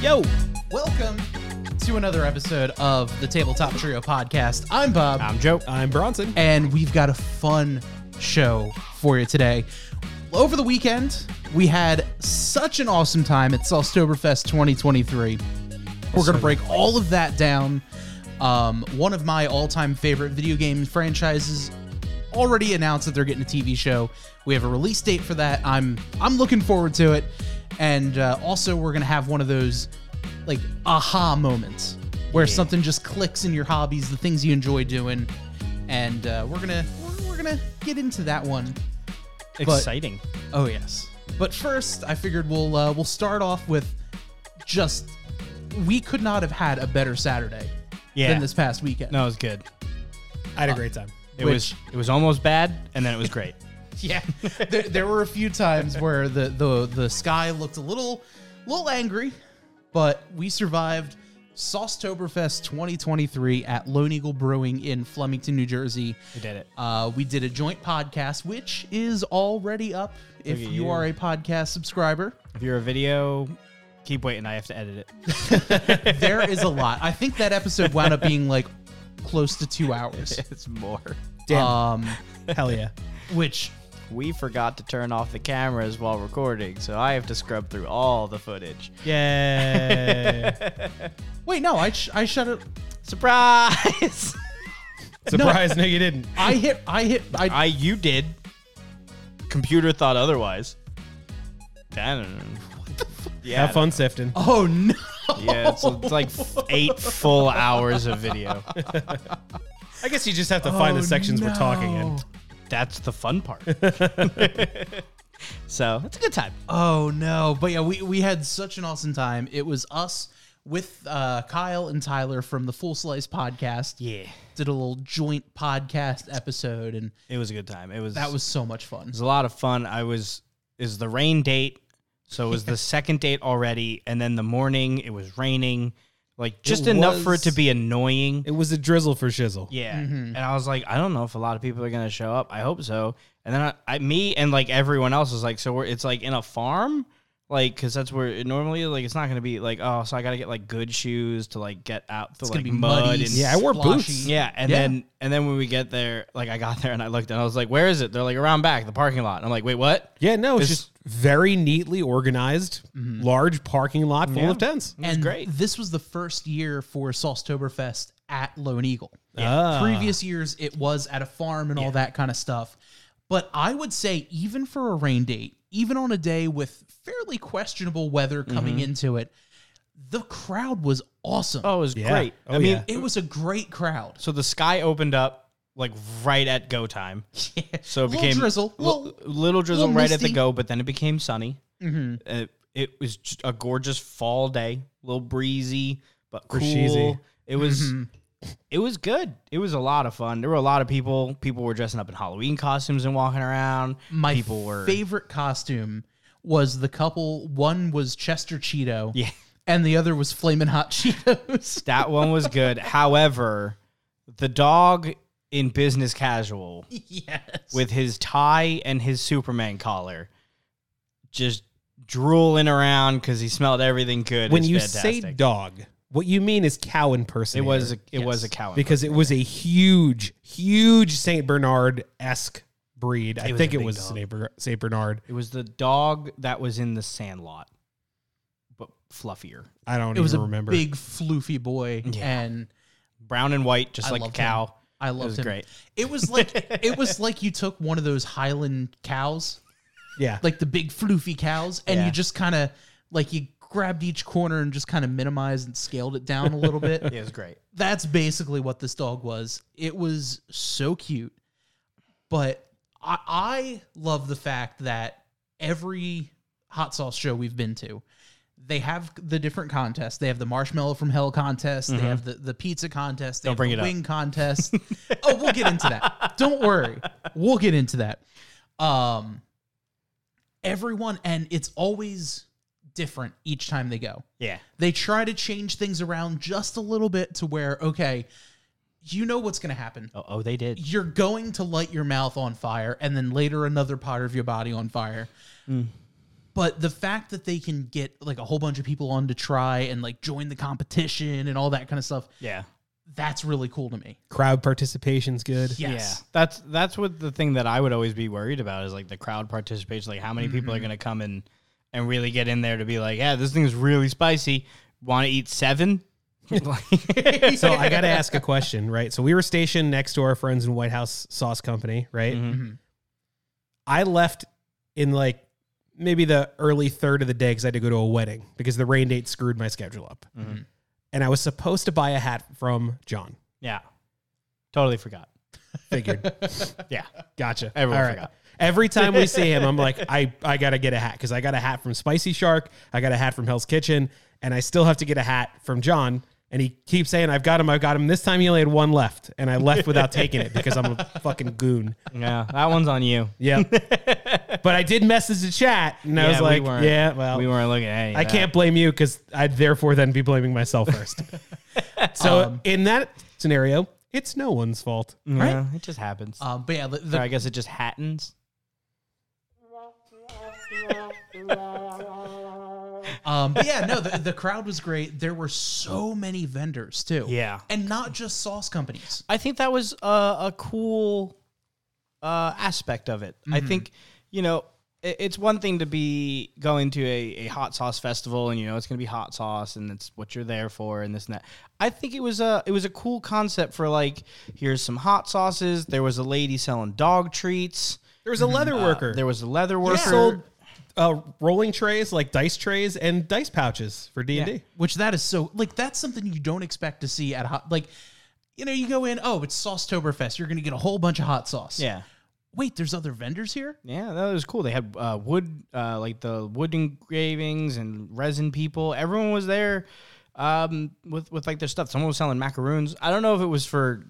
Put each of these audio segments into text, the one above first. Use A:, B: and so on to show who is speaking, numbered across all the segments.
A: Yo, welcome to another episode of the Tabletop Trio podcast. I'm Bob,
B: I'm Joe. I'm Bronson.
A: and we've got a fun show for you today. Over the weekend, we had such an awesome time at Solstoberfest 2023. We're going to break all of that down. Um, one of my all time favorite video game franchises already announced that they're getting a TV show. We have a release date for that. I'm I'm looking forward to it. And uh, also, we're going to have one of those like aha moments where something just clicks in your hobbies, the things you enjoy doing. And uh, we're going to we're, we're going to get into that one.
B: Exciting.
A: Oh yes. But first, I figured we'll uh, we'll start off with just we could not have had a better Saturday
B: Yeah.
A: than this past weekend.
B: no, it was good. I
C: Uh,
B: had a great time. It
A: which-
B: was it was almost bad, and then it was great.
A: Yeah, there, there were a few times where the, the the sky looked a little little angry, but we survived. Saucetoberfest 2023 at Lone Eagle Brewing in Flemington, New Jersey.
B: We did it.
A: Uh, we did a joint podcast, which is already up. If
B: Look
A: you,
B: at
A: you
B: you.
A: are a podcast subscriber,
B: If you're a video, keep waiting. I have to edit it.
A: there is a lot. I think that episode wound up being like close to two hours.
C: It's more.
A: Um,
B: Hell yeah.
A: which
C: We forgot to turn off the cameras while recording, so I have to scrub through all the footage.
B: Yay.
A: wait, no, I sh- I shut it.
C: Surprise!
B: Surprise, no. you didn't.
A: I hit I hit I
C: I you did. Computer thought otherwise. I don't know. Yeah.
D: Have fun sifting.
A: oh no.
C: Yeah, it's, it's like f- eight full hours of video.
D: I guess you just have to find
A: Oh,
D: the sections we're talking in.
A: no.
C: That's the fun part. so it's a good time.
A: Oh no! But yeah, we we had such an awesome time. It was us with uh, Kyle and Tyler from the Full Slice podcast.
C: Yeah.
A: did a little joint podcast episode, and
C: It was a good time. It was
A: that was so much fun.
C: It was a lot of fun. I was is the rain date, so it was the second date already, and then the morning it was raining, like just enough for it to
D: was-
C: be annoying.
D: It was a drizzle for shizzle.
C: yeah, and I was like, I don't know if a lot of people are gonna show up. I hope so. And then I, I me and like everyone else was like, so we're, it's like in a farm, like because that's where it normally like it's not gonna be like oh, so I gotta get like good shoes to like get out to
A: It's
C: like
A: gonna be
C: mud
A: muddy.
C: and
D: Yeah, I wore boots.
A: sloshy.
C: yeah, and
A: Yeah.
C: then and then when we get there, like I got there and I looked and I was like, "Where is it?" They're like around back, the parking lot. And I'm like, "Wait, what?"
D: Yeah, no, it's,
C: It's-
D: just very neatly organized, large parking lot full of tents.
C: was
A: and
C: great.
A: This was the first year for Solstoberfest at Lone Eagle.
D: Ah.
A: Previous years, it was at a farm and all that kind of stuff. But I would say, even for a rain date, even on a day with fairly questionable weather coming
D: Mm-hmm.
A: into it, the crowd was awesome.
C: Oh, it was
D: Yeah.
C: great. I
D: Oh,
C: mean,
D: yeah.
A: It was a great crowd.
C: so the sky opened up like right at go time. So it
A: Little
C: became
A: drizzle,
C: li-
A: little-
C: little drizzle
A: little
C: right at the
A: misty. Mm-hmm.
C: go, but then it became sunny. Uh, it was just a gorgeous fall day, a little breezy but cool.
D: Breezy.
C: It was.
A: Mm-hmm.
C: It was good. It was a lot of fun. There were a lot of people. People were dressing up in Halloween costumes and walking around.
A: My
C: people were
A: favorite costume was the couple. One was Chester Cheeto,
C: Yeah.
A: and the other was Flamin' Hot Cheetos.
C: That one was good. However, the dog in business casual
A: yes,
C: with his tie and his Superman collar just drooling around because he smelled everything good.
D: When
C: It's
D: you
C: fantastic.
D: say dog, what you mean is cow in person.
C: it was a, it was a cow.
D: because it was a huge, huge Saint Bernard esque breed. I
C: was
D: think
C: a
D: it
C: big
D: was
C: dog.
D: Saint Ber- Saint Bernard.
C: it was the dog that was in the Sandlot, but fluffier,
D: I don't
A: it was a
D: even remember.
A: big floofy boy,
C: Yeah.
A: and
C: brown and white, just
A: I
C: like a
A: loved him.
C: cow.
A: I loved
C: was
A: him.
C: great.
A: It was like it was like you took one of those Highland cows,
D: yeah,
A: like the big floofy cows, and you
C: Yeah.
A: just kind of like you grabbed each corner and just kind of minimized and scaled it down a little bit.
C: It was great.
A: That's basically what this dog was. It was so cute, but I, I love the fact that every hot sauce show we've been to, they have the different contests. They have the marshmallow from hell contest. They have the, the pizza contest. They have
C: Mm-hmm. bring
A: the
C: it up.
A: wing contest. oh, we'll get into that. Don't worry, we'll get into that. Um, everyone, and it's always different each time they go
C: Yeah,
A: they try to change things around just a little bit to where okay you know what's going to happen
C: oh, oh they did.
A: you're
C: Hmm.
A: going to light your mouth on fire and then later another part of your body on fire But the fact that they can get like a whole bunch of people on to try and like join the competition and all that kind of stuff,
C: Yeah.
A: that's really cool to me.
D: Crowd participation's good.
A: Yes.
C: Yeah. That's that's what the thing that I would always be worried about is like the crowd participation. Like how many people
D: Mm-hmm.
C: are gonna come and and really get in there to be like, yeah, this thing's really spicy. Want to eat seven? Like-
D: So I got to ask a question, right? So we were stationed next to our friends in White House Sauce Company, right? I left in like maybe the early third of the day because I had to go to a wedding because the rain date screwed my schedule up.
C: Mhm.
D: And I was supposed to buy a hat from John.
C: yeah. Totally forgot.
D: Figured.
C: Yeah.
D: Gotcha.
C: Everyone
D: All right.
C: forgot.
D: Every time we see him, I'm like, I, I got to get a hat because I got a hat from Spicy Shark. I got a hat from Hell's Kitchen. And I still have to get a hat from John. And he keeps saying, I've got him. I've got him. This time he only had one left. And I left without taking it because I'm a fucking goon.
C: Yeah. That one's on you.
D: Yeah. but I did message the chat and I
C: Yeah,
D: was
C: we
D: like,
C: weren't-
D: yeah, well,
C: We weren't looking at any of
D: I
C: that.
D: can't blame you because I'd therefore then be blaming myself first. so
C: Um,
D: in that scenario, it's no one's fault.
C: Yeah, It just happens.
D: Uh,
A: Um, but yeah, the, the
C: Or I guess it just happens.
A: Um, but yeah, no, the, the crowd was great. There were so many vendors too.
C: Yeah.
A: And not just sauce companies.
C: I think that was a, a cool uh, aspect of it. I think, you know, i- it's one thing to be going to a, a hot sauce festival and you know it's going to be hot sauce and it's what you're there for and this and that. I think it was a it was a cool concept for like here's some hot sauces. There was a lady selling dog treats.
D: There was a leather worker.
C: mm, uh, There was a leather
D: He
C: worker.
D: sold uh, rolling trays like dice trays and dice pouches for D and D.
A: Which that is so like that's something you don't expect to see at hot like you know, you go in, oh, it's Saucetoberfest. You're gonna get a whole bunch of hot sauce.
C: Yeah.
A: Wait, there's other vendors here?
C: Yeah, that was cool. They had uh, wood, uh, like the wood engravings and resin people. Everyone was there um, with with like their stuff. Someone was selling macaroons. I don't know if it was for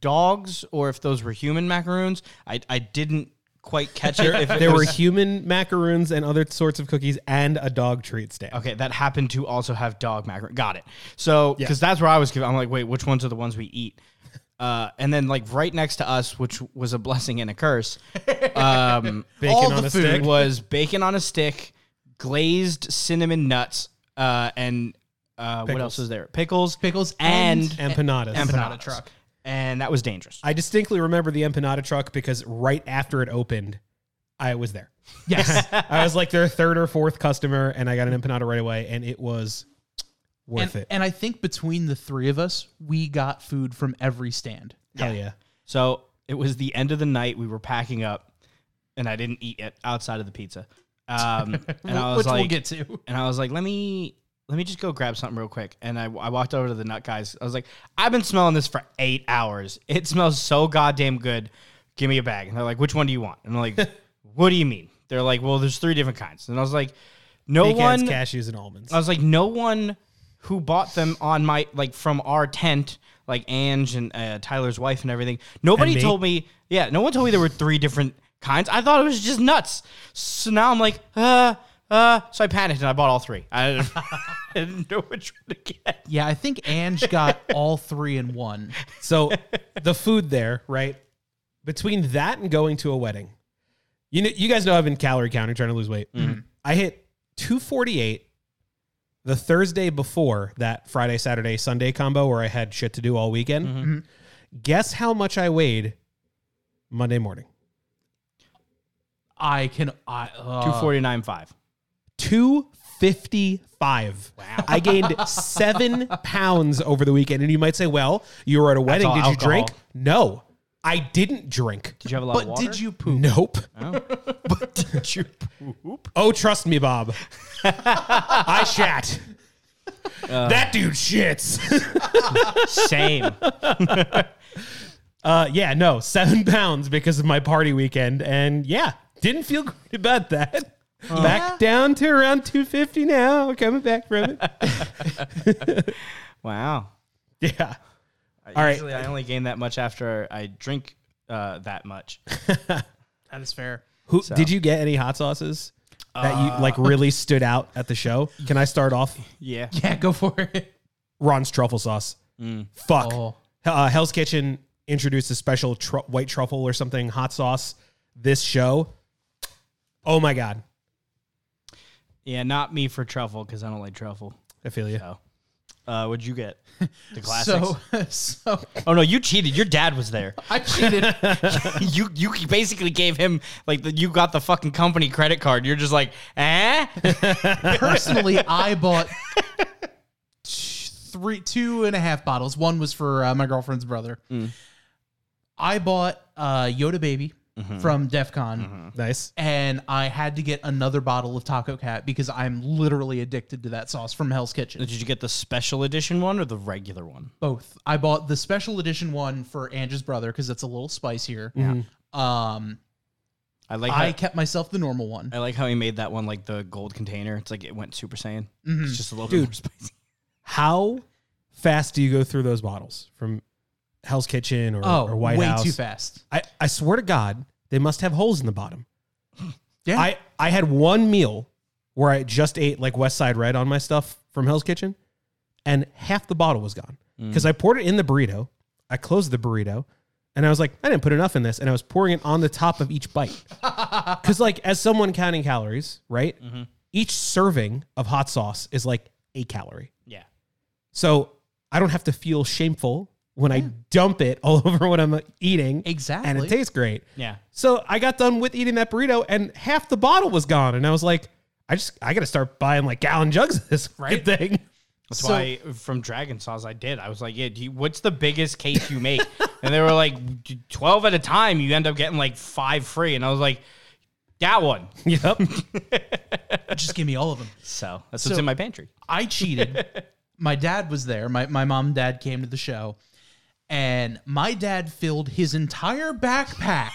C: dogs or if those were human macaroons. I I didn't quite catch it. If it
D: There were
C: was-
D: human macaroons and other sorts of cookies and a dog treat stand.
C: Okay, that happened to also have dog macaroon. Got it. So, because that's where I was. confused. I'm like, wait, which ones are the ones we eat? Uh, and then, like right next to us, which was a blessing and a curse, um,
D: Bacon
C: all
D: on
C: the
D: a
C: food
D: stick.
C: was bacon on a stick, glazed cinnamon nuts, uh, and uh, what else is there? Pickles,
A: Pickles
C: and,
A: and-
D: Empanadas.
A: Empanada
C: empanada
A: truck.
C: truck, and that was dangerous.
D: I distinctly remember the empanada truck because right after it opened, I was there.
A: Yes.
D: I was like their third or fourth customer, and I got an empanada right away, and it was worth
A: and,
D: it.
A: and I think between the three of us, we got food from every stand.
D: Hell yeah!
C: So it was the end of the night. We were packing up, and I didn't eat it outside of the pizza. Um, and I was
A: which
C: like,
A: we'll get to.
C: and I was like, let me let me just go grab something real quick. And I, I walked over to the nut guys. I was like, I've been smelling this for eight hours. It smells so goddamn good. Give me a bag. And they're like, which one do you want? And I'm like, what do you mean? They're like, well, there's three different kinds. And I was like, no
D: Pecans,
C: one.
D: cashews, and almonds.
C: I was like, no one who bought them on my like from our tent, like Ange and uh, Tyler's wife and everything. Nobody
D: And me.
C: told me. Yeah, no one told me there were three different kinds. I thought it was just nuts. So now I'm like, uh, uh. So I panicked and I bought all three. I didn't, I didn't know which one to get.
A: Yeah, I think Ange got all three in one.
D: So the food there, right? Between that and going to a wedding, you know, you guys know I've been calorie counting, trying to lose weight.
C: Mm-hmm.
D: I hit 248 the Thursday before that Friday, Saturday, Sunday combo where I had shit to do all weekend.
C: Mm-hmm.
D: Guess how much I weighed Monday morning?
A: I can I uh,
C: Two forty nine five.
D: 255. Wow. I gained seven pounds over the weekend. And you might say, well, you were at a wedding.
C: all
D: Did you
C: alcohol.
D: drink? No, I didn't drink.
C: Did you have a lot of
A: But
C: water?
A: did you poop?
D: Nope.
C: But did you? Poop?
D: Oh, trust me, Bob. I shat.
C: Uh.
D: that dude shits.
C: Same.
D: Uh, yeah, no, seven pounds because of my party weekend, and yeah, didn't feel great about that. Back down to around two fifty now. Coming back from it.
C: Wow.
D: yeah.
C: All
D: All
C: right.
D: right.
C: Usually I only gain that much after I drink uh, that much.
A: That is fair.
D: Who did you get any hot sauces that you
C: Uh.
D: like really stood out at the show? Can I start off?
C: Yeah.
A: Yeah, go for it.
D: Ron's truffle sauce. Fuck.
A: Oh.
D: Uh, Hell's Kitchen introduced a special tru- white truffle or something hot sauce. This show. Oh my god.
C: Yeah, not me for truffle because I don't like truffle.
D: I feel you.
C: So, uh, what'd you get? The classics.
A: So, so
C: oh no, you cheated. Your dad was there.
A: I cheated.
C: you you basically gave him like the, you got the fucking company credit card. You're just like, eh?
A: Personally, I bought t- three, two and a half bottles. One was for uh, my girlfriend's brother. I bought uh, Yoda Baby from DEF CON.
D: Nice.
A: And I had to get another bottle of Taco Cat because I'm literally addicted to that sauce from Hell's Kitchen.
C: Did you get the special edition one or the regular one?
A: Both. I bought the special edition one for Angie's brother because it's a little spicier. Yeah. Um,
C: I like.
A: I
C: How,
A: kept myself the normal one.
C: I like how he made that one like the gold container. It's like it went Super Saiyan. It's just a little
D: Dude.
C: bit more spicy.
D: How fast do you go through those bottles from Hell's Kitchen or,
A: Oh,
D: or White
A: way
D: House?
A: too fast.
D: I, I swear to God, they must have holes in the bottom.
A: Yeah.
D: I, I had one meal where I just ate like West Side Red on my stuff from Hell's Kitchen, and half the bottle was gone because I poured it in the burrito. I closed the burrito, and I was like, I didn't put enough in this, and I was pouring it on the top of each bite because like as someone counting calories, right? Each serving of hot sauce is like a calorie.
C: Yeah.
D: So I don't have to feel shameful when I dump it all over what I'm eating. And
A: Exactly.
D: it tastes great.
C: Yeah.
D: So I got done with eating that burrito and half the bottle was gone. And I was like, I just, I got to start buying like gallon jugs of this right thing.
C: That's
A: So-
C: why from Dragon Saws I did. I was like, yeah, do you, what's the biggest case you make? and they were like, 12 at a time. You end up getting like five free. And I was like, that one.
D: Yep.
A: Just give me all of them.
C: So that's
A: So-
C: what's in my pantry.
A: I cheated. my dad was there. My my mom and dad came to the show, and my dad filled his entire backpack.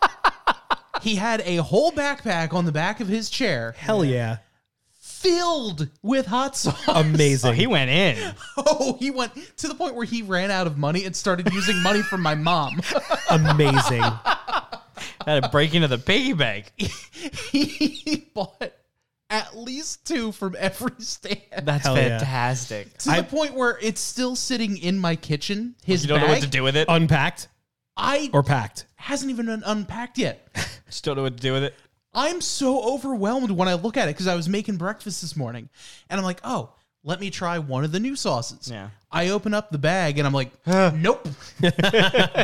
A: he had a whole backpack on the back of his chair
D: Hell yeah.
A: filled with hot sauce.
D: Amazing.
C: So he went in.
A: Oh, he went to the point where he ran out of money and started using money from my mom.
D: Amazing.
C: Had to break into the piggy bank.
A: he bought at least two from every stand.
C: That's
D: Hell yeah.
C: fantastic.
A: to the point where it's still sitting in my kitchen. His
C: You don't
A: bag,
C: know what to do with it.
D: Oh. Unpacked
A: I
D: or packed?
A: hasn't even been unpacked yet.
C: Just don't know what to do with it.
A: I'm so overwhelmed when I look at it because I was making breakfast this morning, and I'm like, oh, let me try one of the new sauces.
C: Yeah.
A: I open up the bag and I'm like, nope.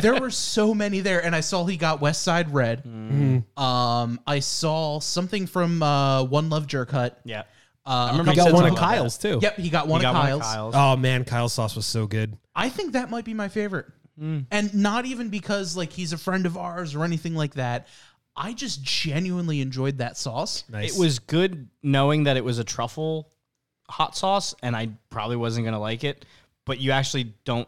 A: there were so many there, and I saw he got West Side Red.
C: Mm.
D: Mm-hmm.
A: Um, I saw something from uh, One Love Jerk Hut.
C: Yeah.
A: Uh,
C: remember
D: I
C: He
D: got
C: said
D: one of
C: something about
D: Kyle's too.
A: Yep, he got one
C: You
A: of
C: got one of
A: Kyle's.
C: Kyle's.
D: Oh man, Kyle's sauce was so good.
A: I think that might be my favorite.
C: Mm.
A: And not even because like he's a friend of ours or anything like that. I just genuinely enjoyed that sauce.
D: Nice.
C: It was good knowing that it was a truffle hot sauce, and I probably wasn't gonna like it. But you actually don't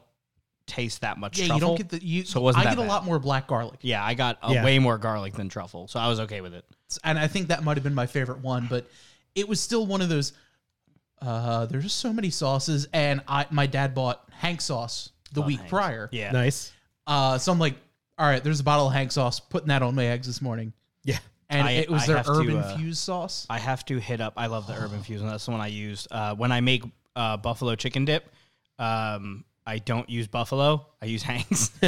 C: taste that much.
A: Yeah, you
C: truffle.
A: don't get the you.
C: So it wasn't
A: I
C: that
A: get a
C: bad.
A: lot more black garlic,
C: Yeah, I got a
D: Yeah.
C: way more garlic than truffle, so I was okay with it.
A: and I think that might have been my favorite one. But it was still one of those. Uh, there's just so many sauces, and I my dad bought Hank sauce the week prior.
C: Oh, Yeah,
D: nice.
A: Uh, so I'm like, all right, there's a bottle of Hank sauce. Putting that on my eggs this morning,
D: Yeah.
A: and
C: I-
A: it was
C: I
A: their
C: have to,
A: herb
C: uh,
A: infused sauce.
C: I have to hit up. I love the Urban Fuse, and that's the one I use uh, when I make uh, buffalo chicken dip. Um, I don't use buffalo. I use Hanks,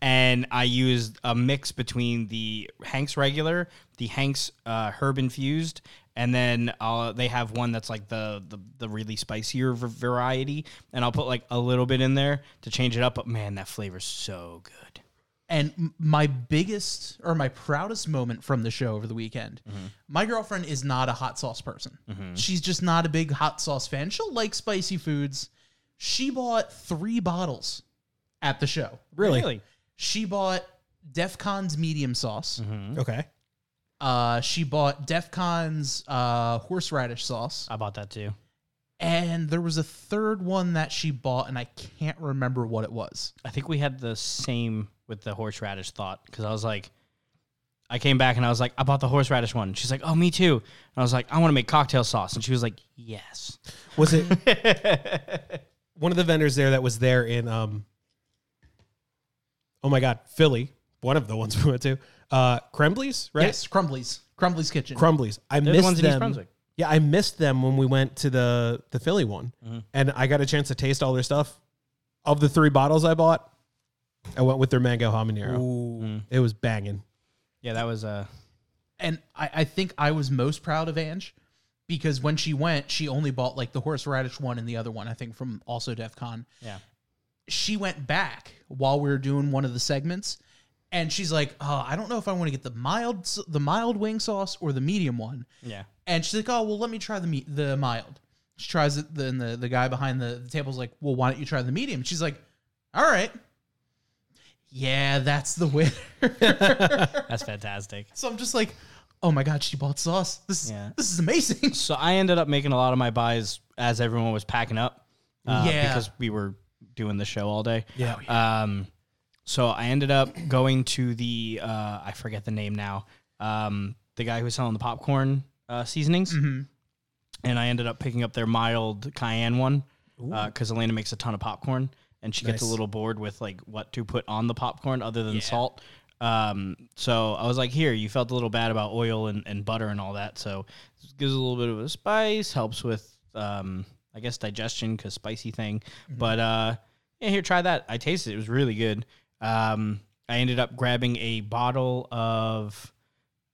C: and I use a mix between the Hanks regular, the Hanks uh, herb infused, and then I'll, they have one that's like the the, the really spicier v- variety, and I'll put like a little bit in there to change it up. But man, that flavor's so good.
A: And m- my biggest or my proudest moment from the show over the weekend, my girlfriend is not a hot sauce person. She's just not a big hot sauce fan. She'll like spicy foods. She bought three bottles at the show.
D: Really?
A: She bought DEF CON's medium sauce.
D: Okay.
A: Uh, she bought DEF CON's uh, horseradish sauce.
C: I bought that too.
A: And there was a third one that she bought, and I can't remember what it was.
C: I think we had the same with the horseradish thought because I was like, I came back and I was like, I bought the horseradish one. She's like, oh, me too. And I was like, I want to make cocktail sauce. And she was like, yes.
D: Was it one of the vendors there that was there in um Oh my god, Philly, one of the ones we went to. Uh Crumbly's, right?
A: Yes, Crumbly's. Crumbly's Kitchen.
D: Crumbly's. I
C: the
D: missed
C: ones in
D: them.
C: East Brunswick.
D: Yeah, I missed them when we went to the the Philly one. And I got a chance to taste all their stuff. Of the three bottles I bought, I went with their mango habanero. Mm. It was banging.
C: Yeah, that was uh,
A: and I, I think I was most proud of Ange because when she went, she only bought like the horseradish one and the other one, I think, from also DEF CON.
C: Yeah.
A: She went back while we were doing one of the segments, and she's like, "Oh, I don't know if I want to get the mild, s- the mild wing sauce or the medium one."
C: Yeah.
A: And she's like, "Oh, well, let me try the me- the mild." She tries it. Then the the guy behind the, the table's like, "Well, why don't you try the medium?" She's like, "All right." Yeah, that's the winner.
C: That's fantastic.
A: so I'm just like, "Oh my god, she bought sauce. This is
C: Yeah.
A: this is amazing."
C: So I ended up making a lot of my buys as everyone was packing up. uh,
A: Yeah.
C: Because we were doing the show all day.
A: Yeah.
C: Um, so I ended up going to the uh, I forget the name now. Um, the guy who was selling the popcorn uh, seasonings, and I ended up picking up their mild cayenne one because Elena makes a ton of popcorn, and she gets a
D: Nice.
C: little bored with like what to put on the popcorn other than salt. Um, so I was like, here, you felt a little bad about oil and, and butter and all that, so this gives a little bit of a spice, helps with um, I guess digestion because spicy thing, but uh. Yeah, here, try that. I tasted it. It was really good. Um, I ended up grabbing a bottle of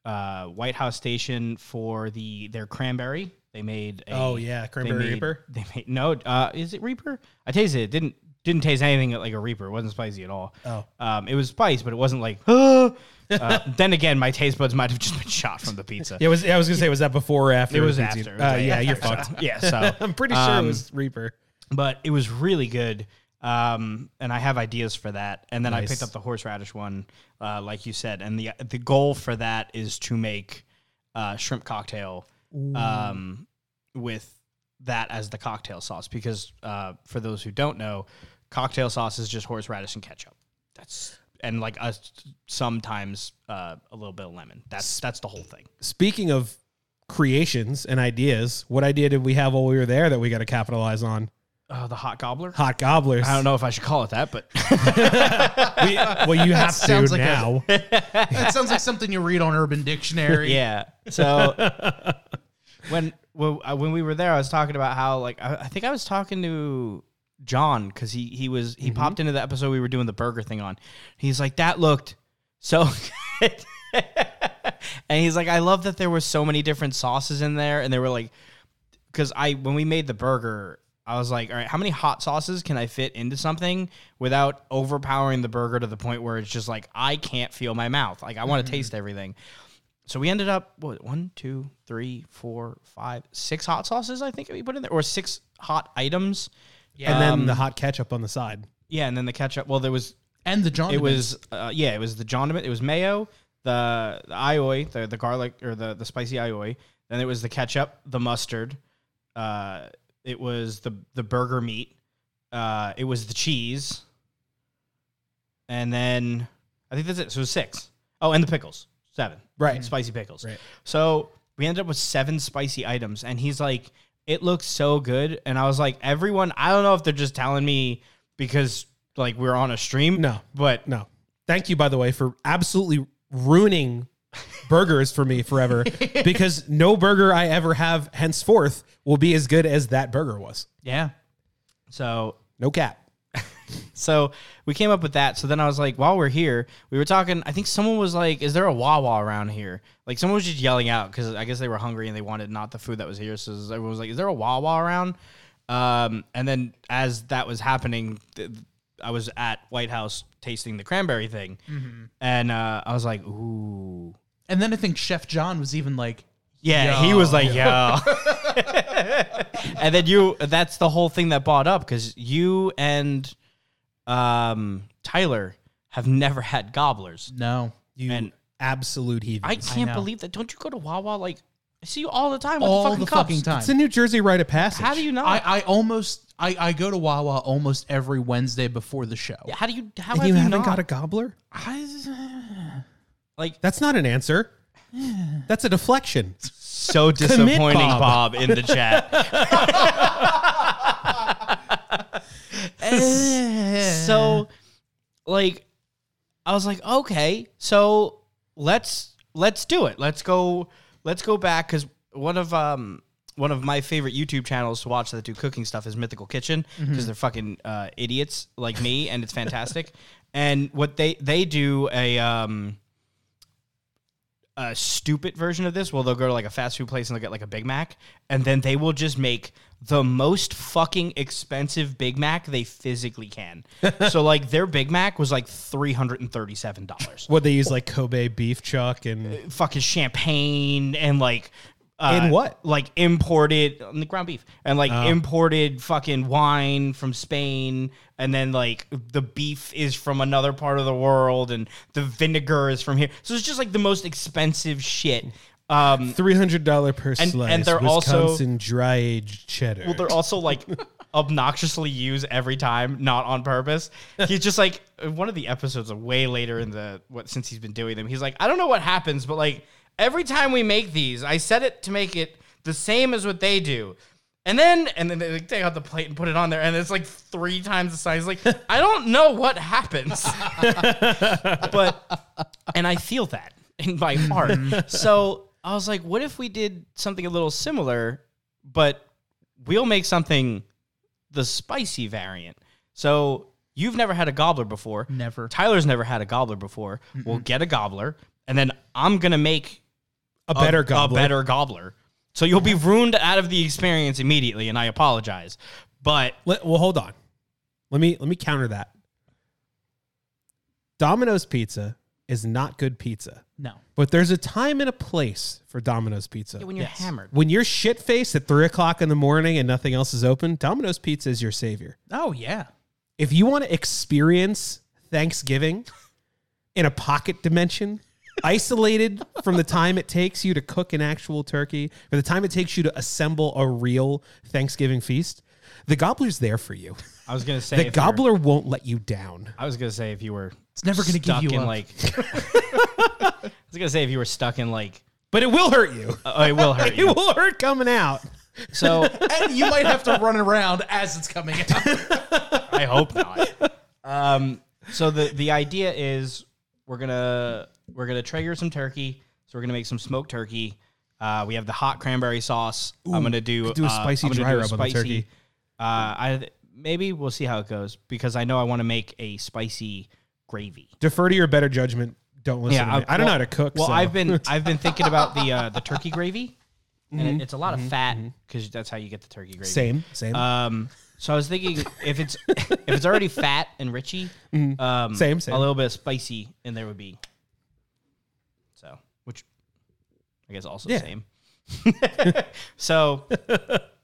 C: uh, White House Station for the their cranberry. They made. A,
D: Oh yeah,
C: they
D: cranberry
C: made-
D: reaper.
C: They made no. Uh, is it Reaper? I tasted it. Didn't didn't taste anything like a Reaper. It wasn't spicy at all.
D: Oh.
C: Um, it was spice, but it wasn't like. "Ah!" Uh, then again, my taste buds might have just been shot from the pizza.
D: Yeah, was I was gonna say was that before or after?
C: It was
D: Pizza-
C: after. It was
D: Uh,
C: like
D: yeah,
C: after,
D: you're
C: so-
D: fucked.
C: Yeah, so
D: I'm pretty sure
C: um,
D: it was reaper.
C: but it was really good. Um, and I have ideas for that. And then I
D: Nice.
C: picked up the horseradish one, uh, like you said. And the the goal for that is to make uh, shrimp cocktail um, with that as the cocktail sauce. Because uh, for those who don't know, cocktail sauce is just horseradish and ketchup. That's and like us sometimes uh, a little bit of lemon. That's that's the whole thing.
D: Speaking of creations and ideas, what idea did we have while we were there that we got to capitalize on?
C: Uh, the hot gobbler.
D: Hot gobblers.
C: I don't know if I should call it that, but
D: We, well, you have to
A: sounds like a-
D: now.
A: That sounds like something you read on Urban Dictionary.
C: Yeah. So when when I- when we were there, I was talking about how like I, I think I was talking to John because he he was he popped into the episode we were doing the burger thing on. He's like that looked so good. and he's like I love that there were so many different sauces in there and they were like because I when we made the burger. I was like, all right, how many hot sauces can I fit into something without overpowering the burger to the point where it's just like I can't feel my mouth. Like I want to taste everything so we ended up what one, two, three, four, five, six hot sauces. I think we put in there, or six hot items.
D: And then
C: Um,
D: the hot ketchup on the side.
C: Yeah, and then the ketchup. Well, there was
A: And the John.
C: it was uh, yeah, it was the jondiment. It was mayo, the, the aioli, the the garlic or the the spicy aioli. Then it was the ketchup, the mustard. Uh, it was the the burger meat. Uh, it was the cheese. And then I think that's it. So it was six. Oh, and the pickles, seven.
D: Right.
C: spicy pickles.
D: Right.
C: So we ended up with seven spicy items, and he's like, "It looks so good," and I was like, "Everyone, I don't know if they're just telling me because like we're on a stream,
D: No.
C: but
D: No. Thank you, by the way, for absolutely ruining burgers for me forever because no burger I ever have henceforth will be as good as that burger was.
A: yeah.
C: So
D: No cap.
C: so we came up with that. So then I was like, while we're here, we were talking. I think someone was like, "Is there a Wawa around here?" Like someone was just yelling out because I guess they were hungry and they wanted not the food that was here. So everyone was like, "Is there a Wawa around?" Um, and then as that was happening, th- I was at White House tasting the cranberry thing, and uh, I was like, "Ooh."
A: And then I think Chef John was even like,
C: Yeah, he was like, yo. and then you, that's the whole thing that bought up because you and um, Tyler have never had gobblers.
A: no.
D: You
C: And-
D: absolute heathen.
C: I can't
A: know.
C: believe that. Don't you go to Wawa? Like, I see you all the time with
A: All
C: the fucking
A: the
C: cups.
A: fucking time.
D: it's a New Jersey rite of passage.
C: How do you not?
A: I, I almost I, I go to Wawa almost every Wednesday before the show.
C: how do you, how
D: And
C: have
D: you
C: you,
D: haven't
C: not?
D: got a gobbler?
C: like,
D: That's not an answer. That's a deflection.
C: so disappointing,
D: Bob.
C: Bob, in the chat. so, like, I was like, okay, so let's let's do it. Let's go. Let's go back because one of um one of my favorite YouTube channels to watch that do cooking stuff is Mythical Kitchen because they're fucking uh, idiots like me, and it's fantastic. and what they they do a um a stupid version of this. Well, they'll go to like a fast food place and they'll get like a Big Mac, and then they will just make the most fucking expensive Big Mac they physically can. so like their Big Mac was like three hundred and thirty-seven dollars.
D: What they use like Kobe beef chuck and
C: fucking champagne and like uh,
D: In what? Oh.
C: Like imported on the ground beef and like imported fucking wine from Spain and then like the beef is from another part of the world and the vinegar is from here. So it's just like the most expensive shit. Um
D: three hundred dollar per
C: and
D: slice.
C: they're also-
D: Wisconsin dry aged cheddar.
C: well, they're also like obnoxiously used every time, not on purpose. He's just like in one of the episodes of way later in the what since he's been doing them. He's like, I don't know what happens, but like every time we make these, I set it to make it the same as what they do. And then and then they like, take out the plate and put it on there, and it's like three times the size. Like I don't know what happens, but and I feel that in my heart. so I was like, what if we did something a little similar, but we'll make something the spicy variant. So you've never had a gobbler before.
A: Never.
C: Tyler's never had a gobbler before. We'll get a gobbler, and then I'm gonna make
D: a better
C: a,
D: gobbler.
C: a better gobbler. So you'll be ruined out of the experience immediately, and I apologize. But
D: Let- well, hold on. Let me let me counter that. Domino's pizza is not good pizza,
A: No.
D: but there's a time and a place for Domino's pizza.
C: when you're hammered,
D: when you're shit faced at three o'clock in the morning and nothing else is open, Domino's pizza is your savior.
A: Oh yeah.
D: If you want to experience Thanksgiving in a pocket dimension, isolated from the time it takes you to cook an actual turkey, or the time it takes you to assemble a real Thanksgiving feast, the gobbler's there for you.
C: I was gonna say
D: The gobbler won't let you down.
C: I was gonna say if you were
A: It's never gonna give
C: stuck
A: you
C: in
A: up.
C: like. I was gonna say if you were stuck in like,
D: But it will hurt you.
C: oh, it will hurt
D: It
C: you.
D: will hurt coming out.
C: So
A: and you might have to run around as it's coming out.
C: I hope not. Um, so the the idea is we're gonna we're gonna trigger some turkey. So we're gonna make some smoked turkey. Uh, we have the hot cranberry sauce. I'm gonna do
D: could do a
C: uh,
D: spicy
C: I'm gonna
D: dry
C: do a
D: rub on the turkey.
C: Uh, I maybe we'll see how it goes because I know I want to make a spicy gravy.
D: Defer to your better judgment. Don't listen to me. I, don't know
C: well-
D: how to cook.
C: Well,
D: so.
C: I've been I've been thinking about the uh, the turkey gravy, and it, it's a lot of fat because that's how you get the turkey gravy.
D: Mm-hmm. same, same,
C: Um, so I was thinking if it's if it's already fat and richy, um,
D: Mm-hmm. Same, same.
C: a little bit of spicy in there would be. So, which I guess also
D: Yeah.
C: same. so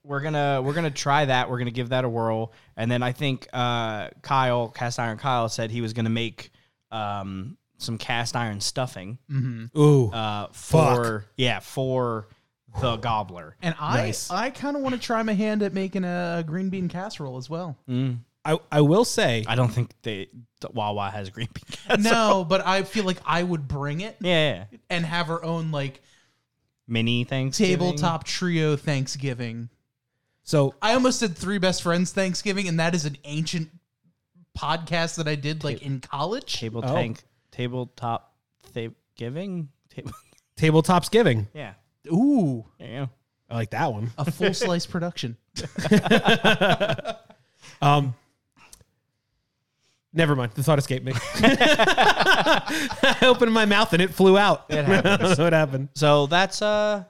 C: we're gonna we're gonna try that. We're gonna give that a whirl, and then I think uh, Kyle, cast iron Kyle, said he was gonna make um, some cast iron stuffing
D: Mm. ooh,
C: uh, for yeah for the gobbler.
A: And I
D: Nice.
A: I kind of want to try my hand at making a green bean casserole as well.
D: I, I will say
C: I don't think they the Wawa has green bean casserole.
A: No, but I feel like I would bring it
C: Yeah, yeah.
A: and have her own like
C: mini Thanksgiving.
A: tabletop trio Thanksgiving.
D: so.
A: I almost did three best friends Thanksgiving, and that is an ancient podcast that I did like in college.
C: table
D: Oh.
C: tank tabletop th- giving table.
D: Tabletops giving.
C: Yeah,
A: Ooh,
C: there you go.
D: I like that one.
A: a full slice production.
D: Um, never mind. The thought escaped me. I opened my mouth and it flew out.
C: It happens.
D: so it happened.
C: So that's uh,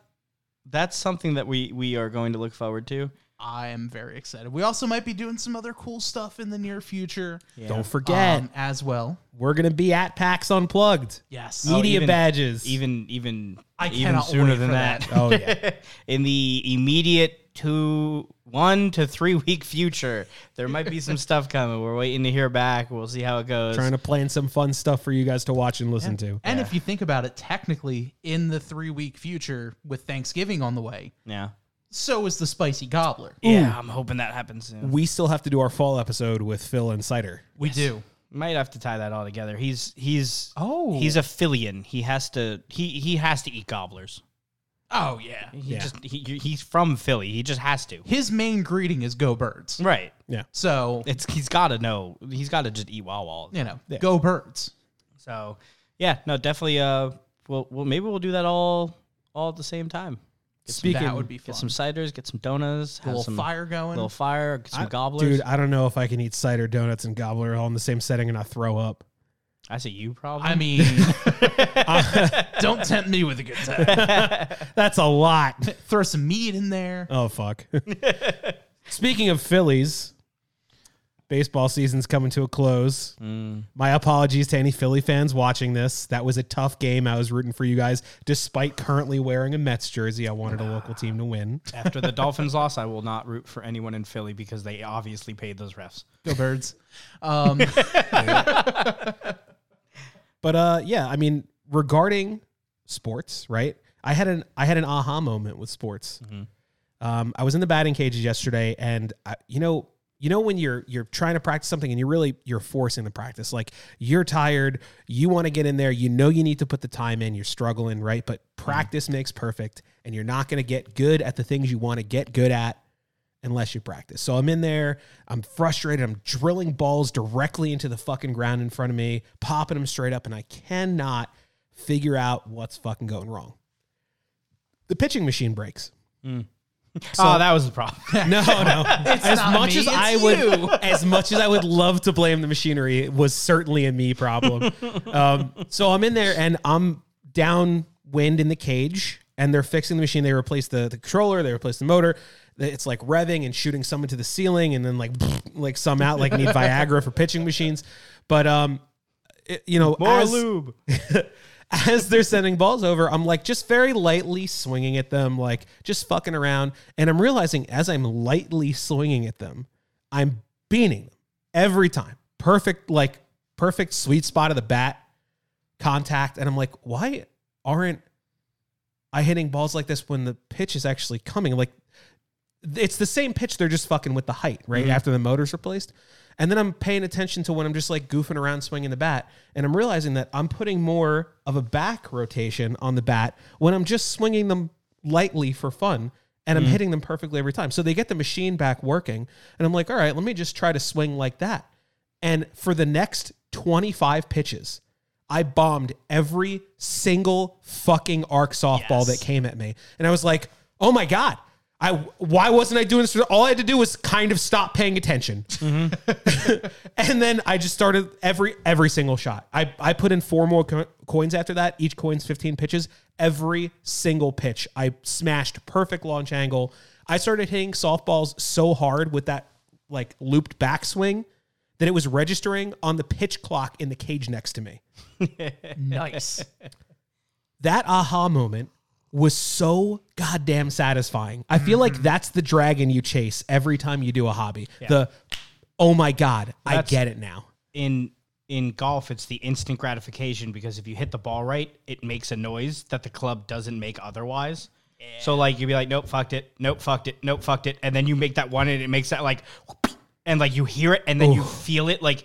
C: that's something that we we are going to look forward to.
A: I am very excited. We also might be doing some other cool stuff in the near future.
D: Don't forget,
A: um, as well.
D: we're gonna be at PAX Unplugged.
A: Yes.
C: Oh,
D: Media
C: even-
D: badges.
C: Even even
A: I
C: even
A: cannot
C: sooner
A: wait
C: than
A: for
C: that.
D: Oh, yeah.
C: In the immediate two one to three week future, there might be some stuff coming. We're waiting to hear back. We'll see how it goes.
D: trying to plan some fun stuff for you guys to watch and listen to.
A: And if you think about it, technically, in the three week future with Thanksgiving on the way,
C: yeah.
A: so is the spicy gobbler.
C: Yeah, I'm hoping that happens soon.
D: We still have to do our fall episode with Phil and Cider.
A: We do.
C: Might have to tie that all together. He's he's
A: Oh.
C: he's a Philian. He has to he he has to eat gobblers.
A: Oh, yeah.
C: He
D: Yeah.
C: just he, he's from Philly. He just has to.
A: His main greeting is go birds.
C: Right.
A: So,
C: It's he's got to know. He's got to just eat Wawa.
A: you know, go birds.
C: So yeah, no, definitely. Uh, we'll we'll maybe we'll do that all all at the same time.
D: Speaking,
A: that would be fun.
C: Get some ciders, get some donuts,
A: a
C: have
A: little
C: some
A: fire going.
C: little fire, get some
D: I-
C: gobblers.
D: Dude, I don't know if I can eat cider donuts and gobbler all in the same setting and not throw up.
C: That's a you problem.
A: I mean, uh, don't tempt me with a good time.
D: That's a lot.
A: Throw some meat in there.
D: Oh fuck. Speaking of Phillies, baseball season's coming to a close. My apologies to any Philly fans watching this. That was a tough game. I was rooting for you guys, despite currently wearing a Mets jersey. I wanted a local team to win.
C: After the Dolphins loss, I will not root for anyone in Philly because they obviously paid those refs.
A: Go birds. Um,
D: But uh, yeah, I mean, regarding sports, right? I had an I had an aha moment with sports. Um, I was in the batting cages yesterday, and I, you know, you know when you're you're trying to practice something and you're really you're forcing the practice. Like you're tired, you want to get in there, you know you need to put the time in, you're struggling, right? But practice makes perfect, and you're not going to get good at the things you want to get good at unless you practice. So I'm in there, I'm frustrated, I'm drilling balls directly into the fucking ground in front of me, popping them straight up, and I cannot figure out what's fucking going wrong. The pitching machine breaks.
C: oh, that was the problem.
D: No, no. as
A: not
D: much
A: me,
D: as
A: it's
D: I would,
A: you.
D: as much as I would love to blame the machinery, it was certainly a me problem. um, so I'm in there and I'm downwind in the cage, and they're fixing the machine. They replace the, the controller, they replace the motor. It's like revving and shooting someone to the ceiling, and then like like some out like need Viagra for pitching machines. But um, it- you know,
C: More
D: as-
C: lube.
D: as they're sending balls over, I'm like just very lightly swinging at them, like just fucking around. And I'm realizing as I'm lightly swinging at them, I'm beating them every time. Perfect, like perfect sweet spot of the bat contact. And I'm like, why aren't I hitting balls like this when the pitch is actually coming? Like it's the same pitch. They're just fucking with the height, right? After the motor's replaced. And then I'm paying attention to when I'm just like goofing around swinging the bat. And I'm realizing that I'm putting more of a back rotation on the bat when I'm just swinging them lightly for fun. And I'm hitting them perfectly every time. So they get the machine back working. And I'm like, all right, let me just try to swing like that. And for the next 25 pitches, I bombed every single fucking arc softball that came at me. And I was like, oh my God. I why wasn't I doing this? All I had to do was kind of stop paying attention. and then I just started every every single shot. I, I put in four more co- coins after that. Each coin's 15 pitches. Every single pitch. I smashed perfect launch angle. I started hitting softballs so hard with that like looped backswing that it was registering on the pitch clock in the cage next to me.
A: nice.
D: That aha moment was so goddamn satisfying. I feel like that's the dragon you chase every time you do a hobby. The oh my god, I
C: That's-
D: get it now.
C: In in golf, it's the instant gratification because if you hit the ball right, it makes a noise that the club doesn't make otherwise. So like you'd be like, nope, fucked it, nope, fucked it, nope, fucked it, and then you make that one, and it makes that like, and like you hear it, and then you feel it. Like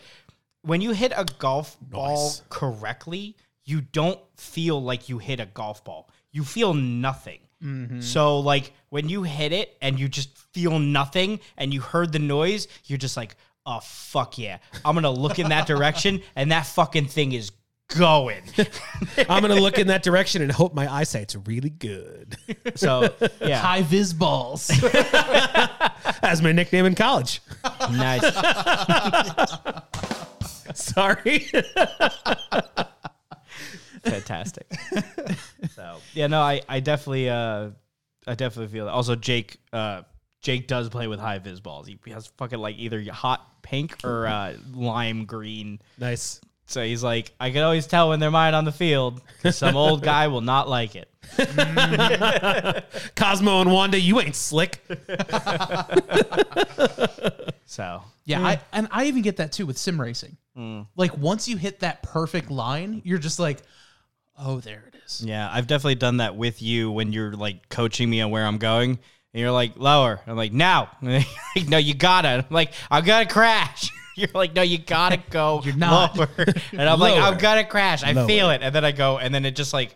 C: when you hit a golf ball correctly, you don't feel like you hit a golf ball. You feel nothing. So like when you hit it and you just feel nothing and you heard the noise, you're just like, oh fuck yeah. I'm gonna look in that direction and that fucking thing is going.
D: I'm gonna look in that direction and hope my eyesight's really good.
C: So yeah.
A: High vis balls.
D: That's my nickname in college.
C: nice.
D: Sorry.
C: fantastic. so yeah, no, I, I definitely uh I definitely feel that. Also Jake uh Jake does play with high vis balls. He has fucking like either hot pink or uh, lime green.
D: nice.
C: So he's like, I can always tell when they're mine on the field. 'cause Some old guy will not like it.
D: Cosmo and Wanda, you ain't slick.
C: So
A: Yeah, I, and I even get that too with sim racing. Like once you hit that perfect line, you're just like, oh, there it is.
C: yeah, I've definitely done that with you when you're like coaching me on where I'm going. And you're like, lower. I'm like, now. And you're like, no, you gotta. I'm like, I'm gonna crash. You're like, no, you gotta go you're
A: not.
C: lower. And I'm like,
D: Lower.
C: I'm gonna crash. I feel it. And then I go, and then it just like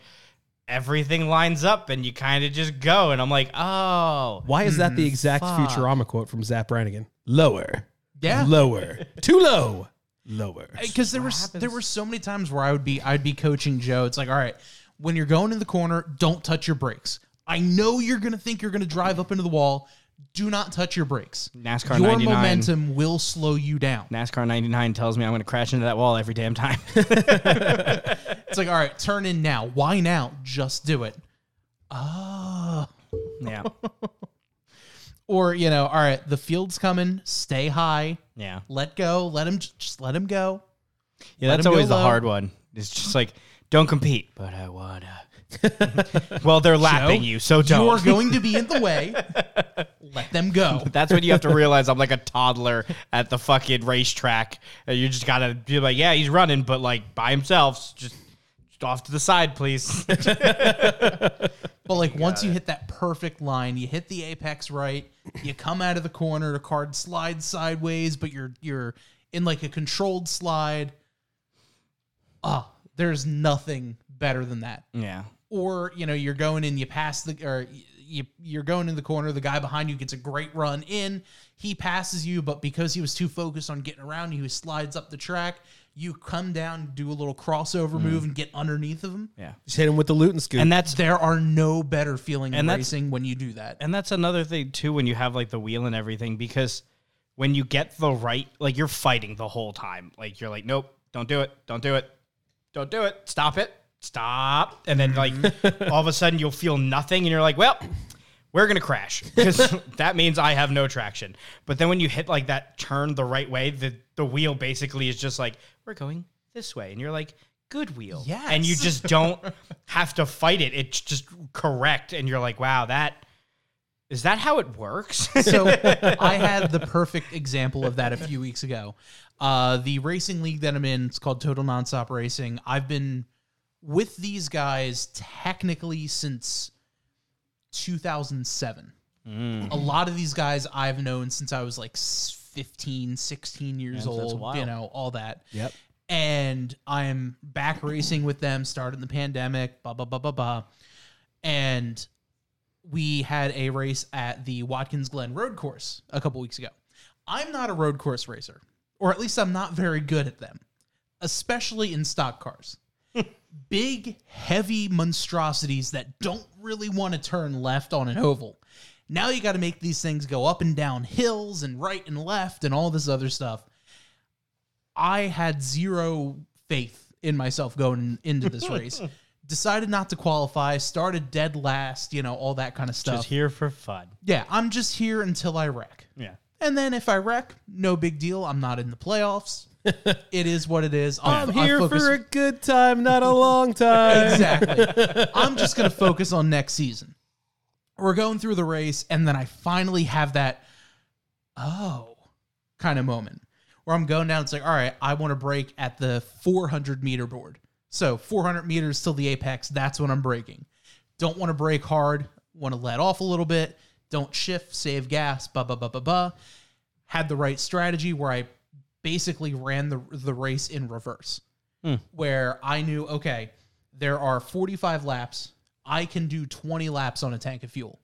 C: everything lines up and you kind of just go. And I'm like, oh.
D: Why is that the exact Futurama quote from Zap Brannigan? Lower.
A: Yeah.
D: Lower. Too low. Lower.
A: because there were there were so many times where I would be I'd be coaching Joe. It's like, all right, when you're going in the corner, don't touch your brakes. I know you're gonna think you're gonna drive up into the wall. do not touch your brakes.
C: NASCAR
A: your
C: 99.
A: momentum will slow you down.
C: NASCAR 99 tells me I'm going to crash into that wall every damn time.
A: It's like, all right, turn in now. Why now? Just do it. Ah.
C: yeah.
A: Or, you know, all right, the field's coming. Stay high.
C: Yeah.
A: Let go. Let him just let him go.
C: Yeah,
A: Let
C: that's
A: him go
C: always the
A: low.
C: hard one. It's just like, don't compete. But I wanna. well, they're lapping you, so
A: You are
C: don't.
A: going to be in the way. let them go.
C: that's when you have to realize I'm like a toddler at the fucking racetrack. And you just gotta be like, yeah, he's running, but like by himself. s- Just, just off to the side, please.
A: But like once you hit that perfect line, you hit the apex right, you come out of the corner, the card slides sideways, but you're you're in like a controlled slide. Ah, there's nothing better than that.
C: yeah.
A: Or, you know, you're going in, you pass the or y- you you're going in the corner, the guy behind you gets a great run in, he passes you, but because he was too focused on getting around you, he slides up the track. You come down, do a little crossover move and get underneath of him.
C: Mm. Yeah.
D: Just hit him with the Luton scoop.
C: And that's
A: There are no better feeling in
C: And that's-
A: racing when you do that.
C: and that's another thing too when you have like the wheel and everything because when you get the right like you're fighting the whole time like you're like nope don't do it don't do it don't do it stop it stop and then like all of a sudden you'll feel nothing and you're like well we're gonna crash because that means i have no traction but then when you hit like that turn the right way the the wheel basically is just like we're going this way and you're like good wheel and you
A: Yes.
C: just don't have to fight it it's just correct and you're like wow that is that how it works?
A: So I had the perfect example of that a few weeks ago. Uh, the racing league that I'm in, it's called Total Nonstop Racing. I've been with these guys technically since 2007. A lot of these guys I've known since I was like s- 15, 16 years old, you know, all that.
D: Yep.
A: And I'm back racing with them, starting the pandemic, blah, blah, blah, blah, blah. And we had a race at the Watkins Glen Road Course a couple weeks ago. I'm not a road course racer, or at least I'm not very good at them, especially in stock cars. Big, heavy monstrosities that don't really want to turn left on an oval. Now you got to make these things go up and down hills and right and left and all this other stuff. I had zero faith in myself going into this race. Decided not to qualify, started dead last, you know, all that kind of stuff.
C: here for fun.
A: Yeah, I'm just here until I wreck.
C: Yeah.
A: And then if I wreck, no big deal. I'm not in the playoffs. it is what it is.
D: I'm here for a good time, not a long time.
A: exactly. I'm just gonna focus on next season. We're going through the race, and then I finally have that oh kind of moment where I'm going down. It's like, all right, I want to break at the 400 meter board. So 400 meters till the apex. That's when I'm breaking. Don't want to break hard. Want to let off a little bit. Don't shift. Save gas. Ba ba ba ba ba. Had the right strategy where I basically ran the the race in reverse where I knew, okay, there are 45 laps. I can do 20 laps on a tank of fuel.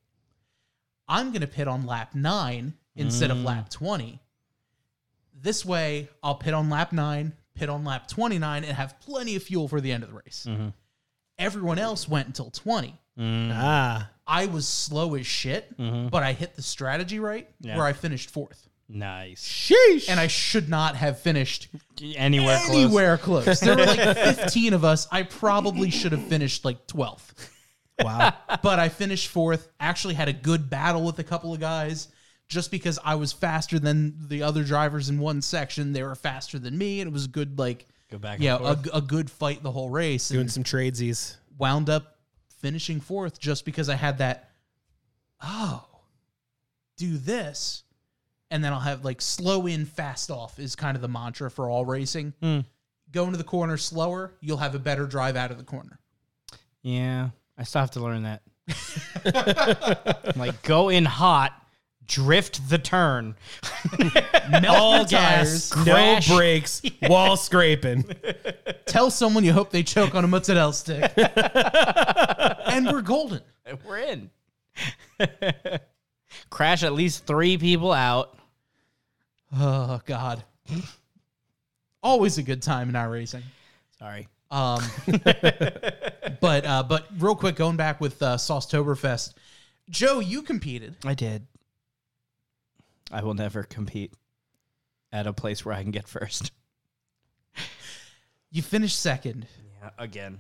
A: I'm going to pit on lap nine instead of lap 20. This way, I'll pit on lap nine, pit on lap 29, and have plenty of fuel for the end of the race. Everyone else went until 20.
D: Ah.
A: I was slow as shit, but I hit the strategy right where I finished fourth.
C: Nice.
D: Sheesh.
A: And I should not have finished
C: Anywhere, close.
A: anywhere close. There were like 15 of us. I probably should have finished like 12th,
D: wow.
A: but I finished fourth. Actually, had a good battle with a couple of guys just because I was faster than the other drivers in one section. They were faster than me, and it was a good like
C: Go back and
A: yeah, a,
C: forth.
A: a good fight the whole race. And
D: Doing some tradesies.
A: wound up finishing fourth just because I had that. Oh, do this, and then I'll have like slow in, fast off is kind of the mantra for all racing. Go into the corner slower, you'll have a better drive out of the corner.
C: Yeah. I still have to learn that. like go in hot, drift the turn.
A: All
D: No
C: Crash.
D: breaks. Wall scraping.
A: Tell someone you hope they choke on a mozzarella stick, and we're golden.
C: We're in. Crash at least three people out.
A: Oh God, always a good time in our racing.
C: Sorry.
A: Um, but uh, but real quick, going back with uh, Saucetoberfest, Joe, you competed.
C: I did. I will never compete at a place where I can get first.
A: You finished second
C: Yeah, again.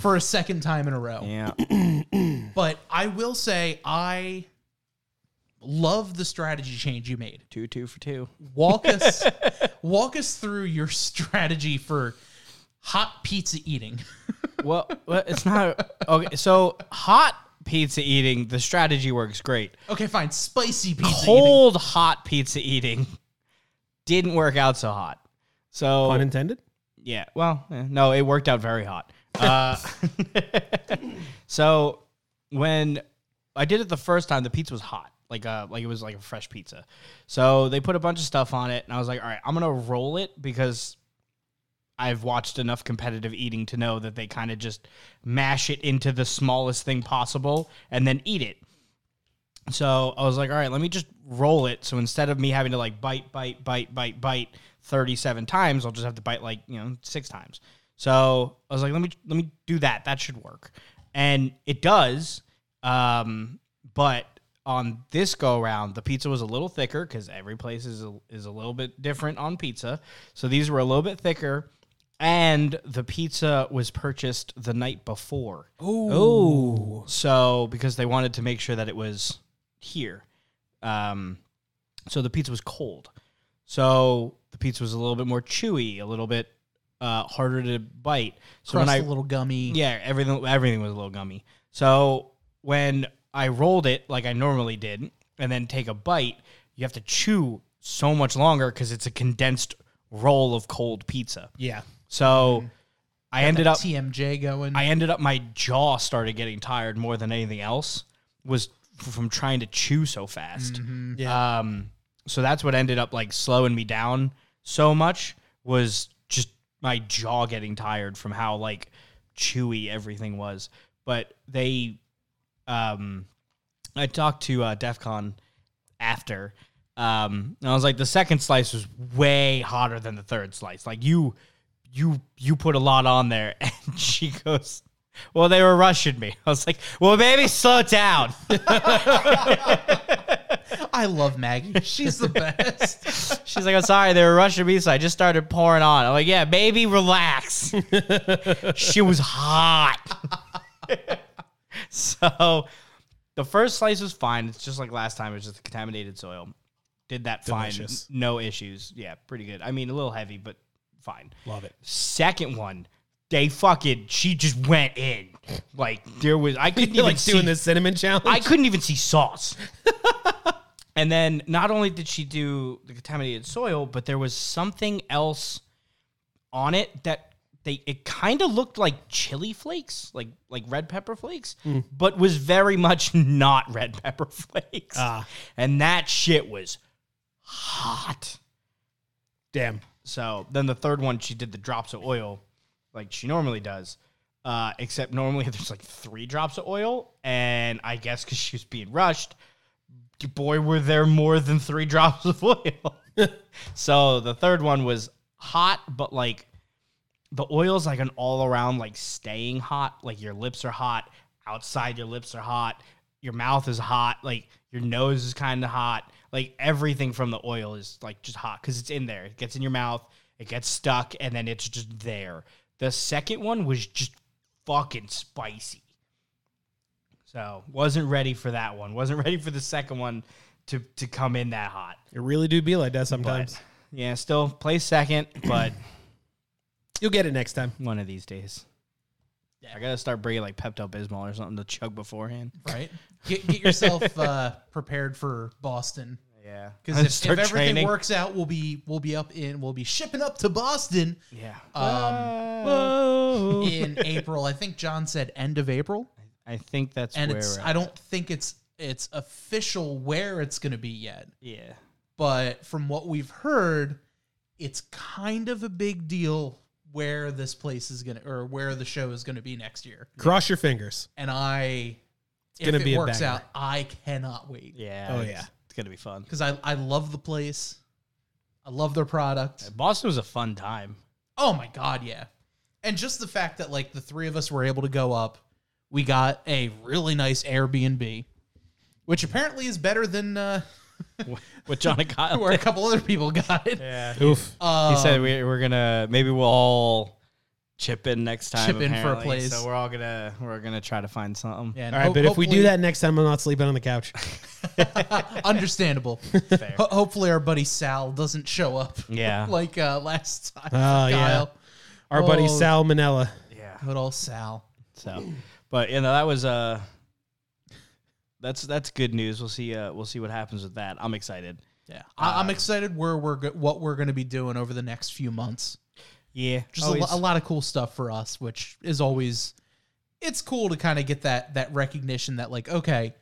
A: for a second time in a row.
C: Yeah.
A: But I will say, I love the strategy change you made.
C: two, two for two.
A: Walk us, walk us through your strategy for hot pizza eating.
C: well, well, it's not okay. So hot pizza eating, the strategy works great.
A: Okay, fine. Spicy pizza eating.
C: Cold hot pizza eating didn't work out so hot. So
D: Pun intended.
C: yeah, well, eh, no, it worked out very hot. Uh, so when I did it the first time, the pizza was hot, like uh, like it was like a fresh pizza. So they put a bunch of stuff on it, and I was like, all right, I'm gonna roll it because I've watched enough competitive eating to know that they kind of just mash it into the smallest thing possible and then eat it. So I was like, all right, let me just roll it. So instead of me having to like bite, bite, bite, bite, bite 37 times, I'll just have to bite like, you know, six times. So I was like, let me let me do that. That should work. And it does. Um, but on this go around, the pizza was a little thicker because every place is a, is a little bit different on pizza. So these were a little bit thicker. And the pizza was purchased the night before.
D: Oh,
C: So because they wanted to make sure that it was here, um, so the pizza was cold. So the pizza was a little bit more chewy, a little bit uh, harder to bite. So
A: Crust
C: when I
A: a little gummy.
C: yeah, everything everything was a little gummy. So when I rolled it like I normally did, and then take a bite, you have to chew so much longer because it's a condensed roll of cold pizza.
D: yeah.
C: So
A: Mm-hmm.
C: I ended up
A: TMJ going.
C: I ended up my jaw started getting tired more than anything else was f- from trying to chew so fast.
D: Yeah.
C: Um so that's what ended up like slowing me down so much was just my jaw getting tired from how like chewy everything was. But they um I talked to uh DEF CON after. Um, and I was like, the second slice was way hotter than the third slice. Like you, you, you put a lot on there. And she goes, well, they were rushing me. I was like, well, baby, slow down.
A: I love Maggie. She's the best.
C: She's like, I'm sorry, they were rushing me, so I just started pouring on. I'm like, yeah, baby, relax. she was hot. so the first slice was fine. It's just like last time, it was just contaminated soil. Did that fine.
D: Delicious.
C: No issues. Yeah, pretty good. I mean, a little heavy, but fine.
D: Love it.
C: Second one, they fucking, she just went in. Like, there was, I couldn't
D: You're
C: even
D: like
C: see
D: doing this cinnamon challenge.
C: I couldn't even see sauce. and then not only did she do the contaminated soil, but there was something else on it that they it kind of looked like chili flakes, like like red pepper flakes,
D: Hmm.
C: but was very much not red pepper flakes.
D: Ah.
C: And that shit was hot.
D: Damn.
C: So then the third one, she did the drops of oil, like she normally does. Uh, except normally there's like three drops of oil, and I guess because she was being rushed, boy, were there more than three drops of oil. so the third one was hot, but like the oil's like an all around like staying hot. Like your lips are hot, outside your lips are hot, your mouth is hot, like your nose is kind of hot. Like everything from the oil is like just hot because it's in there. It gets in your mouth, it gets stuck, and then it's just there. The second one was just fucking spicy. So wasn't ready for that one. Wasn't ready for the second one to to come in that hot.
D: It really do be like that sometimes.
C: But yeah, still play second, but
D: You'll get it next time.
C: one of these days. I gotta start bringing like Pepto Bismol or something to chug beforehand.
A: right? Get, get yourself uh, prepared for Boston.
C: Yeah,
A: Because if, if everything works out, we'll be we'll be up in we'll be shipping up to Boston
C: yeah.
A: um,
C: Whoa.
A: in April. I think John said end of April,
C: I think that's
A: and
C: where.
A: it's
C: we're
A: I
C: at.
A: don't think it's it's official where it's going to be yet.
C: Yeah.
A: But from what we've heard, it's kind of a big deal where this place is going to or where the show is going to be next year.
D: Cross your fingers.
A: And I, if
D: gonna
A: it
D: be a
A: works
D: banger.
A: out, I cannot wait
C: Yeah.
D: Oh,
C: it's-
D: yeah.
C: It's gonna be fun.
A: because I I love the place. I love their product.
C: Boston was a fun time.
A: Oh my god, yeah. And just the fact that like the three of us were able to go up, we got a really nice Airbnb, which apparently is better than uh
C: with John and Kyle.
A: where a couple other people got it.
B: Yeah.
D: Oof.
A: Uh,
C: He said we, we're gonna maybe we'll all chip in next time.
A: Chip in for a
C: apparently.
A: place.
C: So we're all gonna we're gonna try to find something.
A: yeah, and
D: All right,
A: ho-
D: but if we do
A: hopefully-
D: that next time, I'm not sleeping on the couch.
A: understandable. Ho- hopefully, our buddy Sal doesn't show up.
C: Yeah.
A: like uh, last time. Kyle.
D: Oh, yeah. Our buddy
A: Oh.
D: Sal Manella.
C: Yeah.
A: Good old Sal.
C: So, but you know that was uh, that's that's good news. We'll see. Uh, we'll see what happens with that. I'm excited.
A: Yeah, I-
D: Uh,
A: I'm excited where we're go- what we're going to be doing over the next few months.
C: Yeah.
A: Just a, lo- a lot of cool stuff for us, which is always it's cool to kind of get that that recognition that like okay,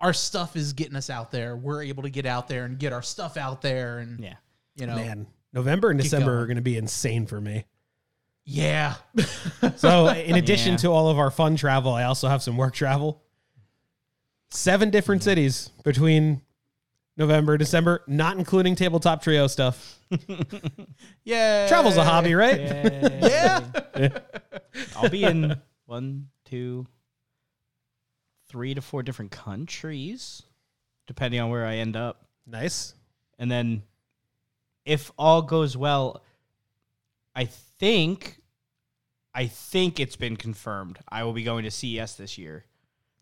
A: our stuff is getting us out there. We're able to get out there and get our stuff out there, and
C: Yeah.
A: you know,
D: Man, November and
A: Keep
D: December
A: going.
D: are going to be insane for me.
A: yeah,
D: So, in addition
C: Yeah.
D: to all of our fun travel, I also have some work travel. Seven different
A: Mm.
D: cities between November, December, not including tabletop trio stuff.
A: yeah.
D: Travel's a hobby, right?
A: Yeah,
C: I'll be in one, two, three to four different countries, depending on where I end up.
D: Nice.
C: And then, if all goes well, I think, I think it's been confirmed. I will be going to CES this year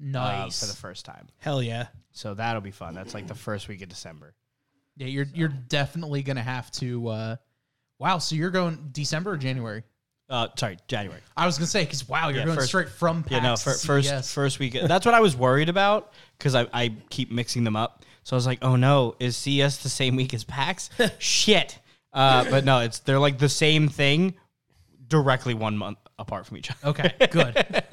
C: uh,
A: nice.
C: for the first time.
D: Hell yeah.
C: So that'll be fun. That's like the first week of December.
A: yeah, you're you're definitely gonna have to. uh Wow, so you're going December or January?
C: Uh, sorry, January.
A: I was gonna say because wow, you're
C: Yeah,
A: going
C: first-
A: straight from PAX
C: Yeah, no, fir-
A: to E
C: first
A: CES.
C: first week. That's what I was worried about because I, I keep mixing them up. So I was like, oh no, is CS the same week as PAX? Shit. Uh, but no, it's they're like the same thing, directly one month apart from each other.
A: Okay, good.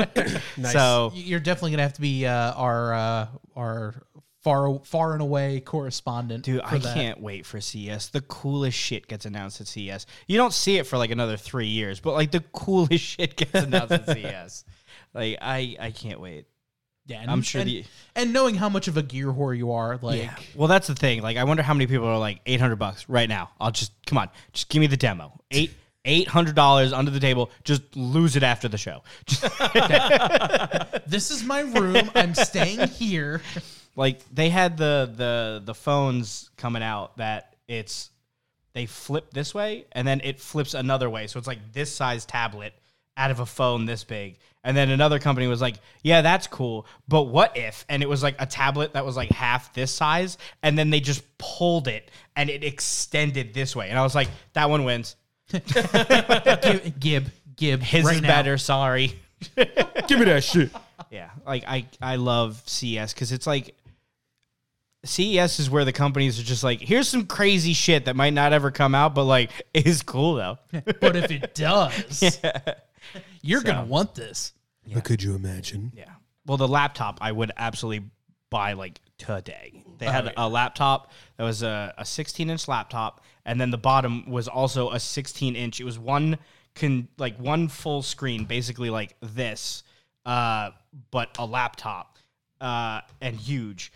D: Nice.
C: So
A: Y- You're definitely gonna have to be uh, our uh, our far far and away correspondent.
C: Dude,
A: for
C: I
A: that.
C: can't wait for CS. The coolest shit gets announced at CS. You don't see it for like another three years, but like the coolest shit gets announced at CS. Like I, I can't wait.
A: Yeah, and,
C: I'm sure
A: And,
C: the-
A: and knowing how much of a gear whore you are, like
C: Yeah. Well, that's the thing. Like, I wonder how many people are like eight hundred bucks right now. I'll just come on, just give me the demo. Eight eight hundred dollars under the table. Just lose it after the show.
A: this is my room. I'm staying here.
C: like they had the the the phones coming out that it's they flip this way and then it flips another way. So it's like this size tablet out of a phone this big. And then another company was like, "Yeah, that's cool, but what if?" And it was like a tablet that was like half this size, and then they just pulled it and it extended this way. And I was like, "That one wins.
A: Gib, Gib, Gib
C: His
A: right
C: is
A: now.
C: better. Sorry."
D: give me that shit.
C: Yeah, like I I love CES because it's like CES E is where the companies are just like, here's some crazy shit that might not ever come out, but like is cool though.
A: But if it does, you're gonna want this.
D: But could you imagine?
C: yeah. Well, the laptop I would absolutely buy like today. They had a laptop that was a, a 16 inch laptop, and then the bottom was also a 16 inch. It was one can like one full screen, basically like this, uh, but a laptop uh, and huge.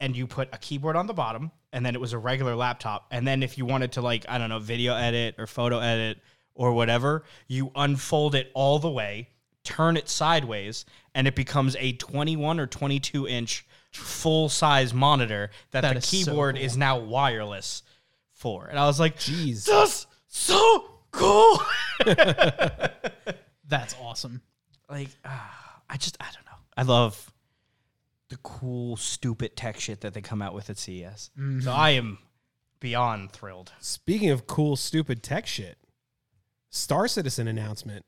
C: and you put a keyboard on the bottom and then it was a regular laptop and then if you wanted to like i don't know video edit or photo edit or whatever you unfold it all the way turn it sideways and it becomes a 21 or 22 inch full size monitor that,
A: That
C: the
A: is so
C: keyboard is now wireless for and i was like
D: Jeez.
C: that's so cool
A: That's awesome.
C: like ah, i just i don't know i love the cool stupid tech shit that they come out with at ces so i am beyond thrilled
D: Speaking of cool, stupid tech shit, Star Citizen announcement.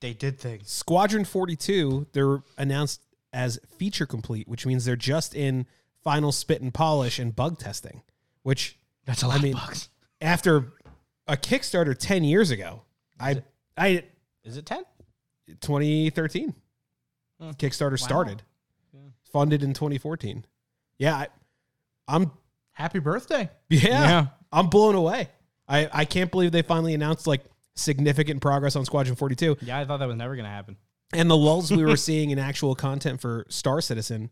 C: they did things
D: Squadron 42, they're announced as feature complete, which means they're just in final spit and polish and bug testing, which
C: that's a lot
D: I mean,
C: of bucks
D: after a Kickstarter 10 years ago, I, I,
C: is it 10
D: 2013,
C: Hmm.
D: Kickstarter started, funded in 2014. Yeah. I, I'm,
A: Happy birthday.
D: yeah. I'm blown away. I, I can't believe they finally announced like significant progress on Squadron 42.
C: yeah i thought that was never gonna happen
D: And the lulls we were seeing in actual content for Star Citizen,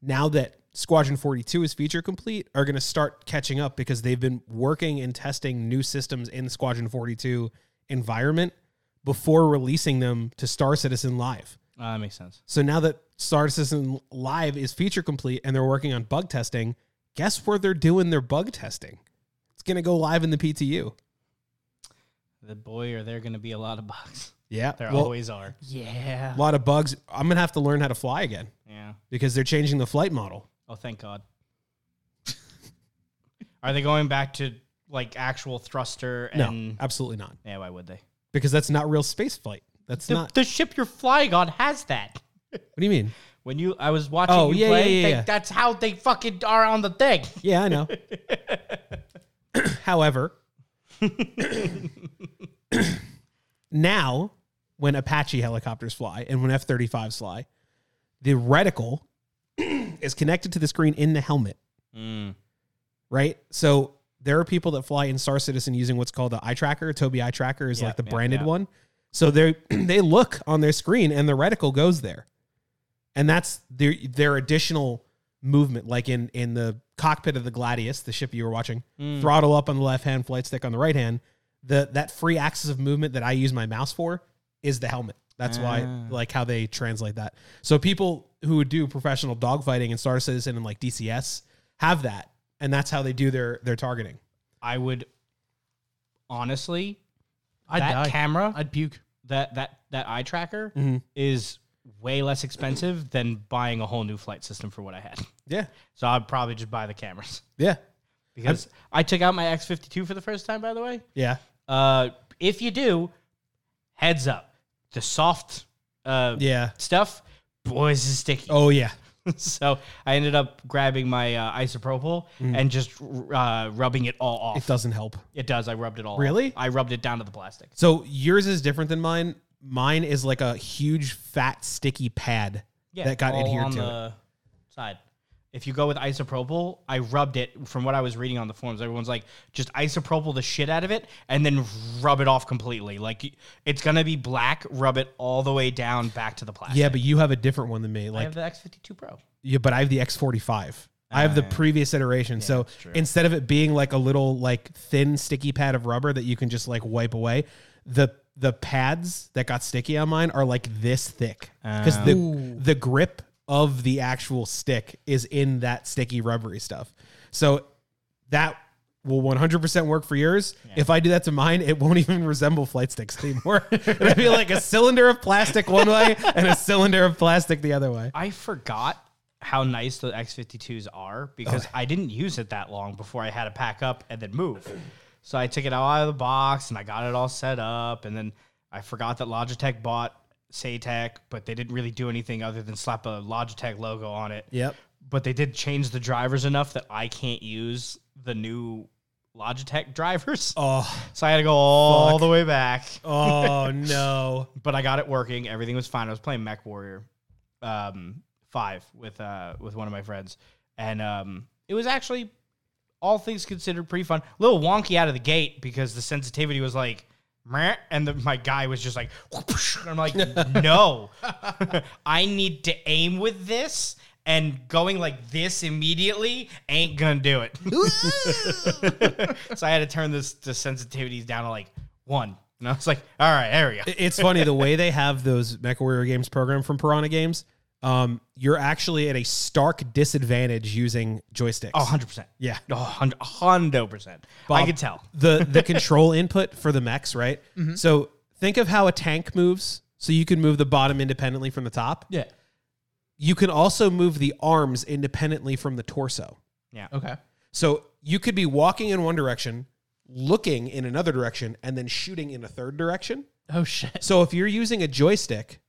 D: now that Squadron 42 is feature complete, are going to start catching up because they've been working and testing new systems in the Squadron 42 environment before releasing them to Star Citizen Live.
C: Uh, that makes sense.
D: So now that Star Citizen Live is feature complete and they're working on bug testing, guess where they're doing their bug testing? It's going to go live in the PTU.
C: The boy, are there going to be a lot of bugs?
D: Yeah.
B: There
D: well,
B: always are.
C: Yeah.
D: a lot of bugs. I'm going to have to learn how to fly again
C: Yeah.
D: because they're changing the flight model.
C: Oh, thank God. Are they going back to like actual thruster
D: No,
C: and
D: absolutely not.
C: yeah? Why would they?
D: Because that's not real space flight. That's
C: The,
D: not.
C: the ship you're flying on has that.
D: What do you mean?
C: When you, I was watching
D: Oh,
C: you
D: yeah,
C: play.
D: yeah, yeah,
C: they-
D: yeah.
C: That's how they fucking are on the thing.
D: Yeah, I know. However, now when Apache helicopters fly and when F 35s fly, the reticle is connected to the screen in the helmet, right? So there are people that fly in Star Citizen using what's called the eye tracker. Toby eye tracker is
C: Yeah,
D: like the
C: yeah,
D: branded
C: yeah.
D: one. So they they look on their screen and the reticle goes there. And that's their their additional movement like in in the cockpit of the Gladius, the ship you were watching, throttle up on the left hand, flight stick on the right hand. The that free axis of movement that I use my mouse for is the helmet. That's why
C: Ah.
D: like how they translate that. So people who would do professional dogfighting and Star Citizen and like DCS have that, and that's how they do their their targeting.
C: I would honestly.
A: I'd
C: that
A: die.
C: camera,
A: I'd puke.
C: that that that eye tracker is way less expensive than buying a whole new flight system for what I had.
D: Yeah,
C: So I'd probably just buy the cameras
D: yeah,
C: because i took out my X fifty two for the first time. By the way,
D: yeah.
C: uh, if you do, heads up, the soft uh,
D: Yeah.
C: stuff, boys is sticky.
D: Oh yeah.
C: so I ended up grabbing my uh, isopropyl and just uh, rubbing it all off.
D: Mm. It doesn't help.
C: It does. I rubbed it all. off.
D: Really?
C: I rubbed it down to the plastic.
D: So yours is different than mine. Mine is like a huge fat sticky pad that got
C: all
D: adhered
C: on
D: to it.
C: the side. If you go with isopropyl, I rubbed it from what I was reading on the forums. Everyone's like, just isopropyl the shit out of it and then rub it off completely. Like it's gonna be black. Rub it all the way down back to the plastic.
D: Yeah, but you have a different one than me.
C: I
D: Like
C: have the X52 Pro.
D: Yeah, but I have the X45. I have the previous iteration. so instead of it being like a little like thin sticky pad of rubber that you can just like wipe away, the the pads that got sticky on mine are like this thick because the the grip of the actual stick is in that sticky rubbery stuff. So that will 100% work for yours. If I do that to mine, it won't even resemble flight sticks anymore. It'll be like a cylinder of plastic one way and a cylinder of plastic the other way.
C: I forgot how nice the X52s are because I didn't use it that long before I had to pack up and then move. So I took it out of the box and I got it all set up. And then I forgot that Logitech bought Satech, but they didn't really do anything other than slap a Logitech logo on it.
D: Yep.
C: But they did change the drivers enough that I can't use the new Logitech drivers.
D: Oh.
C: So I had to go all the way back.
D: Oh no.
C: but I got it working. Everything was fine. I was playing Mech Warrior um, Five with uh, with one of my friends, and um, it was actually all things considered pretty fun. A little wonky out of the gate because the sensitivity was like. "Meh," And the, my guy was just like, whoosh, and I'm like, no, I need to aim with this, and going like this immediately ain't gonna do it. so I had to turn this the sensitivities down to like one, and I was like, all right, there we go.
D: It's funny the way they have those MechWarrior games programmed from Piranha Games. Um, you're actually at a stark disadvantage using joysticks.
C: Oh, 100%.
D: yeah.
C: Oh, 100 100%. I
D: Bob,
C: could tell.
D: the the control input for the mechs, right? So think of how a tank moves. So you can move the bottom independently from the top.
A: Yeah.
D: You can also move the arms independently from the torso.
A: Okay.
D: So you could be walking in one direction, looking in another direction, and then shooting in a third direction.
A: Oh shit.
D: So if you're using a joystick,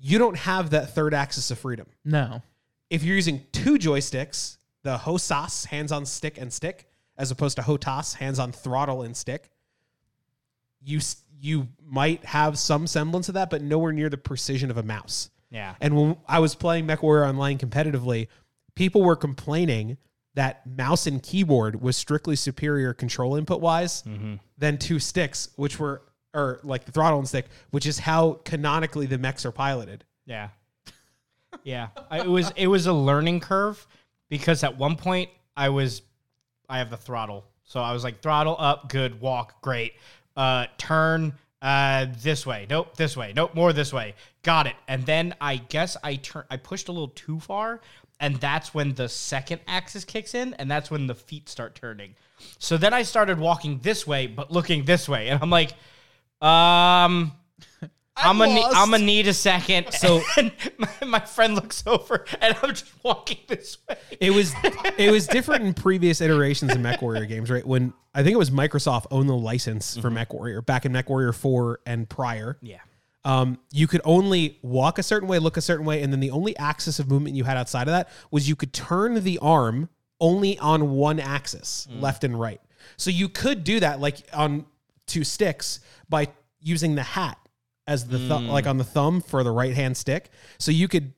D: you don't have that third axis of freedom.
A: No.
D: If you're using two joysticks, the HOSAS, hands on stick and stick, as opposed to HOTAS, hands on throttle and stick, you s- you might have some semblance of that, but nowhere near the precision of a mouse.
C: Yeah.
D: And when I was playing MechWarrior Online competitively, people were complaining that mouse and keyboard was strictly superior control input wise than two sticks, which were, or like the throttle and stick, which is how canonically the mechs are piloted.
C: Yeah. Yeah. I, it was it was a learning curve because at one point I was I have the throttle. So I was like throttle up, good, walk, great. Uh turn uh, Uh, this way. Nope. This way. Nope. More this way. Got it. And then I guess I turn. I pushed a little too far, and that's when the second axis kicks in, and that's when the feet start turning. So then I started walking this way, but looking this way, and I'm like, um. I'm gonna,
A: lost.
C: I'm gonna need a second. So my, my friend looks over, and I'm just walking this way.
D: It was it was different in previous iterations of MechWarrior games, right? When I think it was Microsoft owned the license for MechWarrior back in MechWarrior 4 and prior.
C: Yeah.
D: Um, you could only walk a certain way, look a certain way, and then the only axis of movement you had outside of that was you could turn the arm only on one axis, left and right. So you could do that like on two sticks by using the hat as the thumb, like on the thumb for the right hand stick. So you could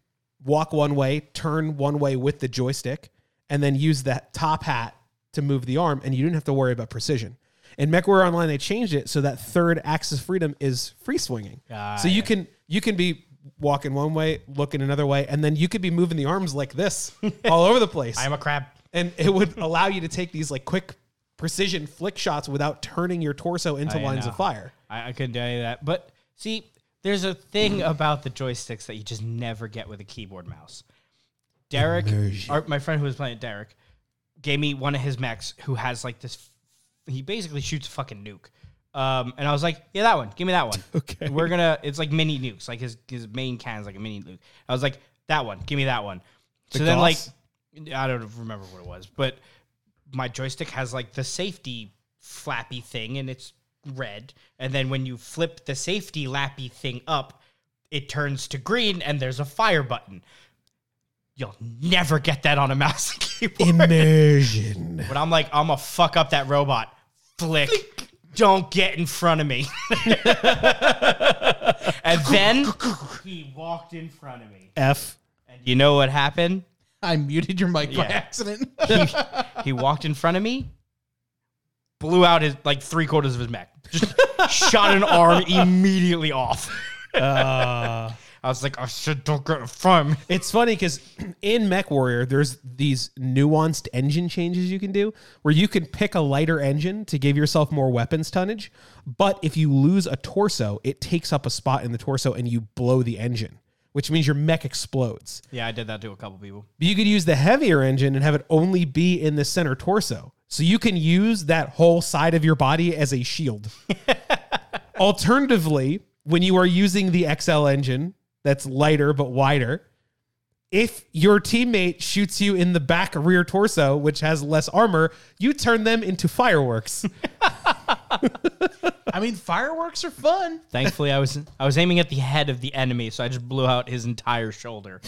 D: walk one way, turn one way with the joystick, and then use that top hat to move the arm, and you didn't have to worry about precision. In MechWarrior Online, they changed it so that third axis freedom is free swinging. so you can you can be walking one way, looking another way, and then you could be moving the arms like this all over the place,
C: I'm a crab.
D: and it would allow you to take these like quick precision flick shots without turning your torso into lines
C: know.
D: of fire.
C: I, I couldn't tell you that. But see, there's a thing about the joysticks that you just never get with a keyboard mouse. Derek, or my friend who was playing it, Derek, gave me one of his mechs who has like this. He basically shoots a fucking nuke. Um, and I was like, yeah, that one. Give me that one.
D: Okay.
C: We're gonna. It's like mini nukes. Like his his main can is like a mini nuke. I was like, that one. Give me that one. so then like,
D: Gauss?
C: I don't remember what it was, but my joystick has like the safety flappy thing, and it's red. And then when you flip the safety lappy thing up, it turns to green, and there's a fire button. You'll never get that on a mouse and keyboard.
D: Immersion.
C: But I'm like, I'm gonna fuck up that robot. Flick. Don't get in front of me. and then he walked in front of me.
D: F.
C: And you know what happened?
A: I muted your mic by
C: Yeah.
A: accident.
C: He walked in front of me, blew out his like three quarters of his mech. Just shot an arm immediately off.
D: Uh,
C: I was like, I should don't get in front of me.
D: It's funny because in MechWarrior, there's these nuanced engine changes you can do where you can pick a lighter engine to give yourself more weapons tonnage. But if you lose a torso, it takes up a spot in the torso and you blow the engine, which means your mech explodes.
C: Yeah, I did that to a couple people.
D: But you could use the heavier engine and have it only be in the center torso. So you can use that whole side of your body as a shield. Alternatively, when you are using the XL engine that's lighter but wider, if your teammate shoots you in the back rear torso, which has less armor, you turn them into fireworks.
A: I mean, fireworks are fun.
C: Thankfully, I was I was aiming at the head of the enemy, so I just blew out his entire shoulder.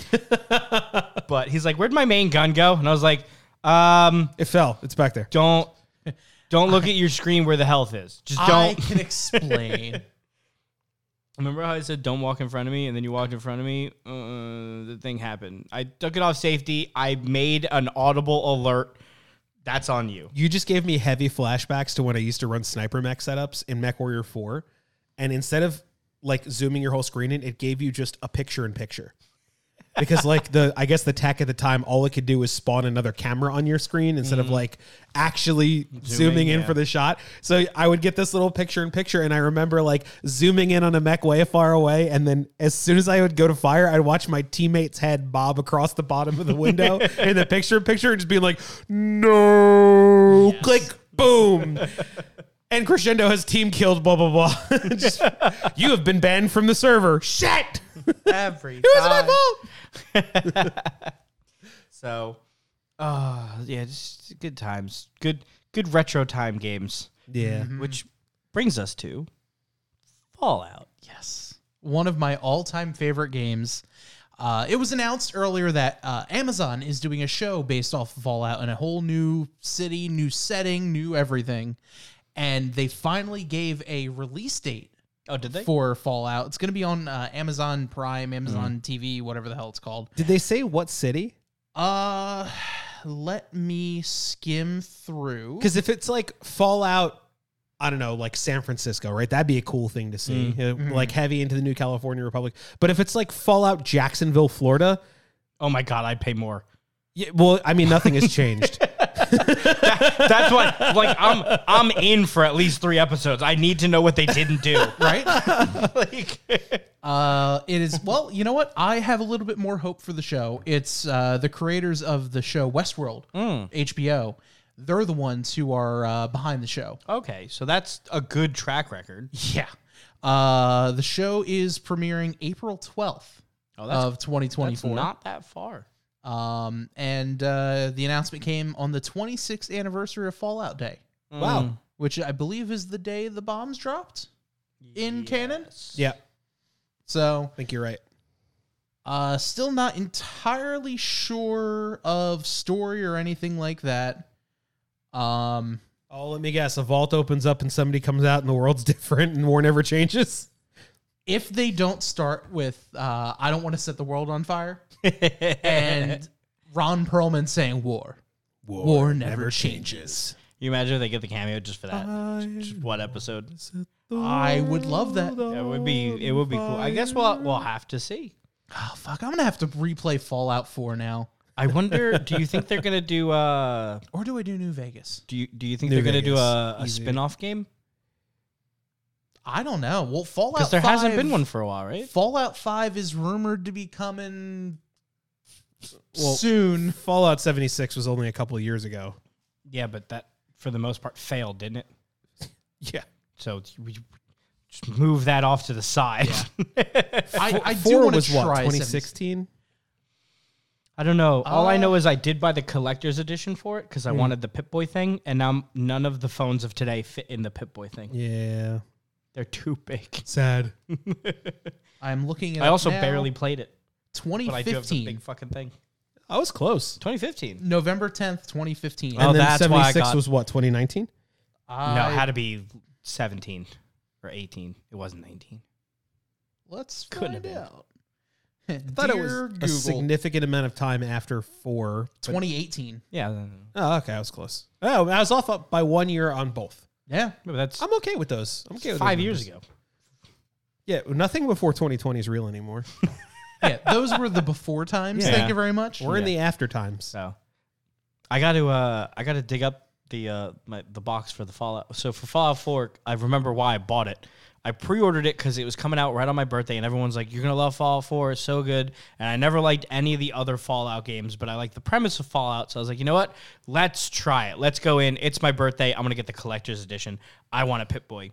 C: but he's like, "Where'd my main gun go?" And I was like, "Um,
D: it fell. It's back there.
C: don't don't look at your screen where the health is. Just
A: I
C: don't."
A: can explain.
C: Remember how I said, "Don't walk in front of me," and then you walked in front of me. Uh, the thing happened. I took it off safety. I made an audible alert. That's on you.
D: You just gave me heavy flashbacks to when I used to run sniper mech setups in MechWarrior 4. And instead of like zooming your whole screen in, it gave you just a picture in picture. Because like the I guess the tech at the time, all it could do was spawn another camera on your screen instead of like actually zooming, in for the shot. So I would get this little picture in picture and I remember like zooming in on a mech way far away, and then as soon as I would go to fire, I'd watch my teammate's head bob across the bottom of the window in the picture in picture and just being like, No click boom. And Crescendo has team killed, blah, blah, blah. Just, you have been banned from the server. Shit!
C: Every
D: It was my fault!
C: so, uh, yeah, just good times. Good good retro time games.
D: Yeah.
C: Which brings us to Fallout.
A: Yes. One of my all time favorite games. Uh, it was announced earlier that uh, Amazon is doing a show based off of Fallout in a whole new city, new setting, new everything. And they finally gave a release date
C: Oh, did they?
A: for Fallout. It's going to be on uh, Amazon Prime, Amazon TV, whatever the hell it's called.
D: Did they say what city?
A: Uh, let me skim through.
D: Because if it's like Fallout, I don't know, like San Francisco, right? That'd be a cool thing to
A: Mm.
D: see. Uh,
C: Mm-hmm.
D: Like heavy into the new California Republic. But if it's like Fallout Jacksonville, Florida,
C: Oh my god, I'd pay more.
D: yeah, well, I mean, nothing has changed.
C: That's why, like, I'm I'm in for at least three episodes. I need to know what they didn't do.
A: right?
C: like,
A: Uh, it is well. You know what? I have a little bit more hope for the show. It's uh, the creators of the show Westworld, HBO. They're the ones who are uh, behind the show.
C: okay, so that's a good track record.
A: Yeah. Uh, the show is premiering April 12th of 2024.
C: Not that far.
A: um, and uh, the announcement came on the 26th anniversary of Fallout Day,
C: Mm.
D: Wow.
A: which I believe is the day the bombs dropped in canon.
D: Yeah, I
A: So,
D: think you're right.
A: uh, still not entirely sure of story or anything like that. Um,
D: Oh, let me guess. A vault opens up and somebody comes out and the world's different and war never changes.
A: if they don't start with uh, "I don't want to set the world on fire" and Ron Perlman saying "War, war, never, changes.
C: You imagine if they get the cameo just for that? Just one episode.
A: I would love that.
C: That would be it. Would be cool. I guess we'll we'll have to see.
A: Oh fuck, I'm gonna have to replay Fallout 4 now.
C: I wonder. do you think they're gonna do? Uh,
A: Or do I do New Vegas?
C: do you do you think
D: New
C: they're gonna do
D: Vegas.
C: a, a
D: Easy.
C: spin off game?
A: I don't know. Well, Fallout
C: Because there
A: 5,
C: hasn't been one for a while, right?
A: Fallout 5 is rumored to be coming
D: Well-
A: soon.
D: Fallout 76 was only a couple of years ago.
C: Yeah, but that for the most part failed, didn't it?
D: Yeah.
C: So we just move that off to the side.
A: I, I do
D: Four
A: want to
D: was
A: try
D: what,
A: some-
D: 2016?
C: I don't know. All I
A: Uh,
C: know is I did buy the collector's edition for it because I wanted the Pip Boy thing, and now none of the phones of today fit in the Pip Boy thing.
D: Yeah.
C: They're too big.
D: Sad.
A: I'm looking at
C: I also barely played it, but I do have the
A: 2015.
C: big fucking thing.
D: I was close.
C: 2015.
A: November 10th, 2015.
D: And
C: Oh,
D: then
C: that's why I
D: 76
C: got-
D: was what, 2019?
A: I-
C: no, it had to be 17 or 18. It wasn't 19.
A: let's
C: couldn't
A: find
C: have been.
A: out.
D: I thought it was
A: Dear
D: a
A: Google.
D: significant amount of time after four. but-
A: 2018.
C: Yeah, I don't know.
D: oh, okay. I was close. Oh, I was off up by one year on both.
A: Yeah.
C: But that's
D: I'm okay with those. I'm okay with
C: five
D: those
C: years
D: numbers.
C: ago.
D: Yeah. Nothing before 2020 is real anymore.
A: Yeah. Those were the before times.
C: Yeah.
A: Thank you very much.
D: We're in the after times.
C: So I got to uh I got to dig up the uh my, the box for the Fallout. So for Fallout 4, I remember why I bought it. I pre-ordered it cuz it was coming out right on my birthday and everyone's like you're going to love Fallout 4, it's so good. And I never liked any of the other Fallout games, but I like the premise of Fallout. So I was like, "You know what? Let's try it. Let's go in. It's my birthday. I'm going to get the collector's edition. I want a Pip-Boy."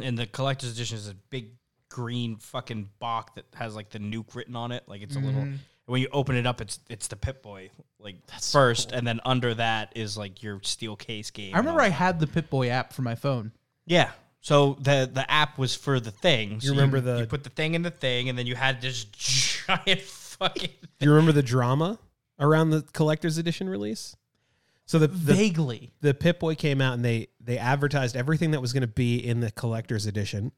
C: and the collector's edition is a big green fucking box that has like the nuke written on it. Like it's a little. When you open it up, it's it's the Pip Boy like first, and then under that is like your steel case game.
A: I remember I had the Pip Boy app for my phone.
C: yeah. So the the app was for the thing. So
D: remember the-
C: you put the thing in the thing, and then you had this giant fucking.
D: Do you remember the drama around the collector's edition release? So the, the
A: Vaguely.
D: the Pip Boy came out and they they advertised everything that was going to be in the collector's edition,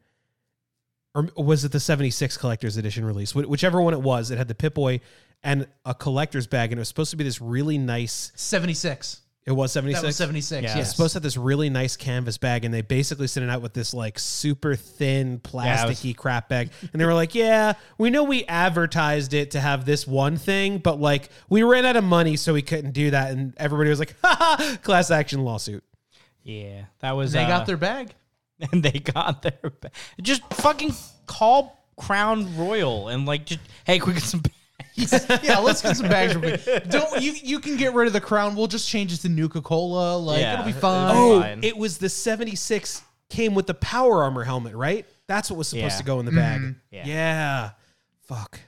D: or was it the '76 collector's edition release? Wh- Whichever one it was, it had the Pip Boy and a collector's bag, and it was supposed to be this really nice.
A: 76.
D: It was
A: That was
D: '76.
A: 76.
C: Yeah.
A: Yes.
D: It's supposed to have this really nice canvas bag, and they basically sent it out with this like super thin
C: Yeah, it was-
D: plasticky crap bag. And they were like, "Yeah, we know we advertised it to have this one thing, but like we ran out of money, so we couldn't do that." And everybody was like, "Ha ha! Class action lawsuit."
C: Yeah, that was.
A: they
C: uh,
A: got their bag.
C: and they got their ba- just fucking call Crown Royal and like just hey, quick get some.
A: yeah, let's get some bags. Real quick. Don't you? You can get rid of the crown. We'll just change it to Nuka Cola. Like
C: Yeah,
A: it'll be
C: it'll be
A: fine.
C: fine.
D: Oh,
C: Fine.
D: it was the 76 came with the power armor helmet, right? That's what was supposed
C: Yeah.
D: to go in the bag.
C: Yeah.
D: Yeah. Fuck.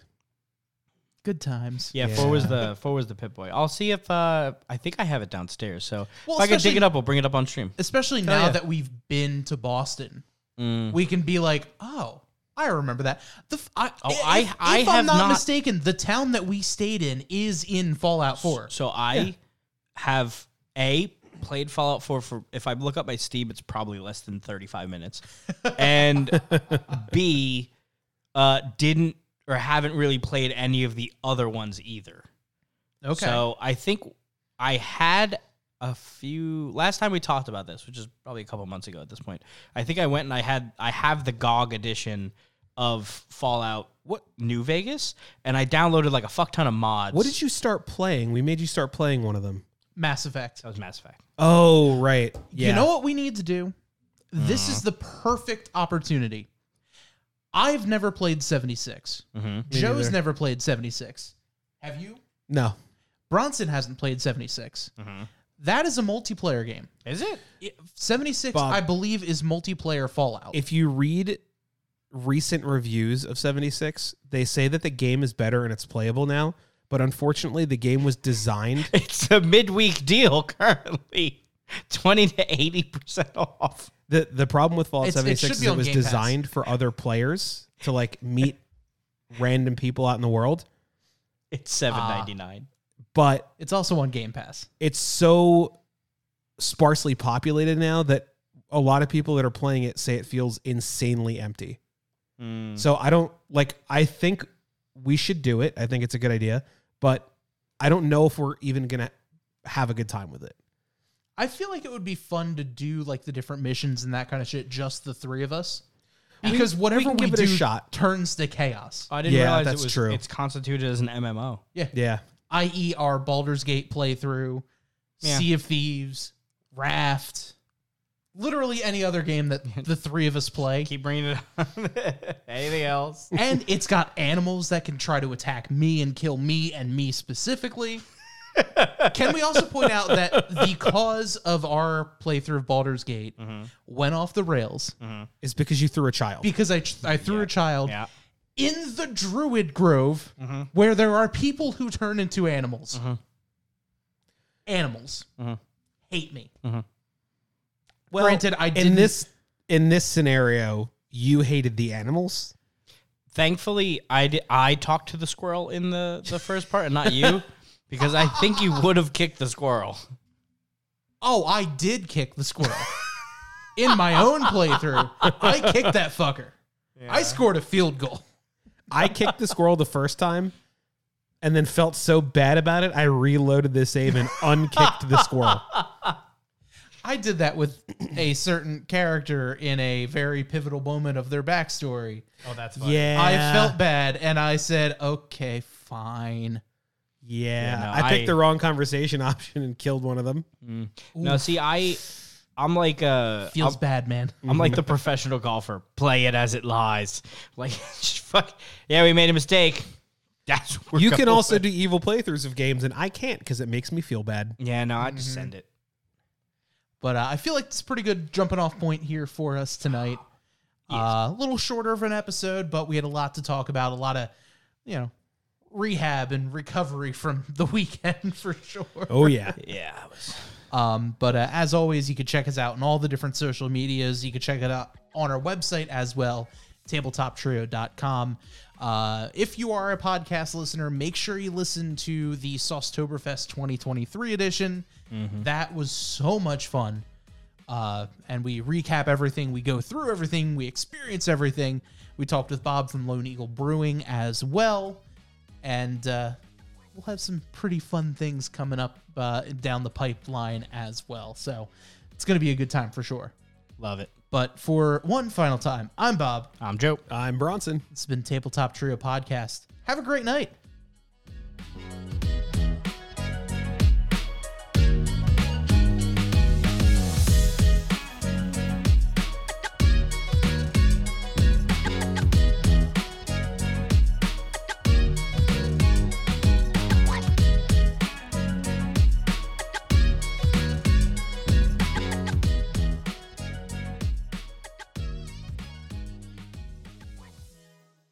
A: good times.
C: Yeah, four was the four was the Pip Boy. I'll see if uh, I think I have it downstairs. So
A: Well,
C: if I can
A: especially-
C: dig it up, we'll bring it up on stream.
A: Especially now
D: yeah.
A: that we've been to Boston,
C: Mm.
A: we can be like, oh, I remember that. The f- I,
C: Oh,
A: if,
C: I- I
A: if I'm
C: have
A: not,
C: not-
A: mistaken, the town that we stayed in is in Fallout Four.
C: So I have a played Fallout Four for. If I look up my Steam, it's probably less than thirty five minutes, and B uh, didn't or haven't really played any of the other ones either.
A: Okay.
C: So I think I had a few last time we talked about this, which is probably a couple months ago at this point. I think I went and I had I have the GOG edition of Fallout what New Vegas, and I downloaded like a fuck ton of mods.
D: What did you start playing? We made you start playing one of them.
A: Mass Effect.
C: That was Mass Effect.
D: Oh, right. Yeah.
A: You know what we need to do? This
C: Mm.
A: is the perfect opportunity. I've never played 76.
C: Mm-hmm.
A: Joe's
D: neither.
A: never played 76. Have you?
D: No.
A: Bronson hasn't played 76. That is a multiplayer game.
C: Mm-hmm. Is it?
A: 76,
D: Bob.
A: I believe, is multiplayer Fallout.
D: If you read recent reviews of 76, they say that the game is better and it's playable now, but unfortunately the game was designed
C: It's a midweek deal currently. 20 to 80% off.
D: the the problem with Fallout
A: It's- it
D: 76
A: should
D: is
A: be
D: it
A: on
D: was
A: Game Pass.
D: designed for other players to like meet random people out in the world,
C: It's seven ninety nine.
D: but
A: it's also on Game Pass.
D: it's so sparsely populated now that a lot of people that are playing it say it feels insanely empty.
A: Mm.
C: Mm.
D: So I don't like I think we should do it. I think it's a good idea, but I don't know if we're even going to have a good time with it.
A: I feel like it would be fun to do like the different missions and that kind of shit, just the three of us. Because whatever
D: can
A: we,
D: give it
A: do
D: a shot. Uh,
A: turns to chaos,
C: I didn't
D: Yeah,
C: realize
D: that's
C: it was,
D: true.
C: It's constituted as an MMO.
D: Yeah.
A: i.e., E our Baldur's Gate playthrough,
C: Yeah.
A: Sea of Thieves, Raft, literally any other game that the three of us play.
C: Keep bringing it up. Anything else?
A: and it's got animals that can try to attack me and kill me and me specifically. can we also point out that the cause of our playthrough of Baldur's Gate
D: Mm-hmm.
A: went off the rails
D: It's because you threw a child.
A: because I, I threw a child
C: Yeah. Mm-hmm.
A: in the Druid Grove where there are people who turn into animals. Animals
C: Mm-hmm.
A: hate me.
D: well,
A: Granted, I
D: in
A: didn't-
D: this in this scenario, you hated the animals.
C: Thankfully, I, di- I talked to the squirrel in the, the first part and not you because I think you would have kicked the squirrel.
A: Oh, I did kick the squirrel. in my own playthrough, I kicked that fucker. I scored a field goal.
D: I kicked the squirrel the first time and then felt so bad about it, I reloaded the save and unkicked the squirrel.
A: I did that with a certain character in a very pivotal moment of their backstory.
C: Oh, that's
D: Yeah.
A: I felt bad and I said, okay, fine.
D: Yeah.
C: Yeah, no,
D: I picked
C: I-
D: the wrong conversation option and killed one of them.
C: No, see, I, I'm like uh, I'm,
A: Feels bad, man.
C: I'm like the professional golfer. Play it as it lies. Like, just fuck. Yeah, we made a mistake. That's what we're
D: You can
C: going
D: also
C: with.
D: do evil playthroughs of games, and I can't because it makes me feel bad.
C: Yeah, no, I just
D: Mm-hmm.
C: send it.
A: But uh, I feel like it's a pretty good jumping off point here for us tonight. Uh, a little shorter of an episode, but we had a lot to talk about, a lot of, you know, rehab and recovery from the weekend for sure.
D: Oh, yeah.
C: Yeah, it was
A: Um, but uh, as always, you can check us out on all the different social medias. You can check it out on our website as well, tabletoptrio.com. Uh, if you are a podcast listener, make sure you listen to the Saucetoberfest 2023 edition. That was so much fun. Uh, and we recap everything, we go through everything, we experience everything. We talked with Bob from Lone Eagle Brewing as well. And uh, we'll have some pretty fun things coming up uh, down the pipeline as well. So it's going to be a good time for sure.
C: love it.
A: But for one final time, I'm Bob.
C: I'm Joe.
D: I'm Bronson.
A: It's been Tabletop Trio Podcast. Have a great night.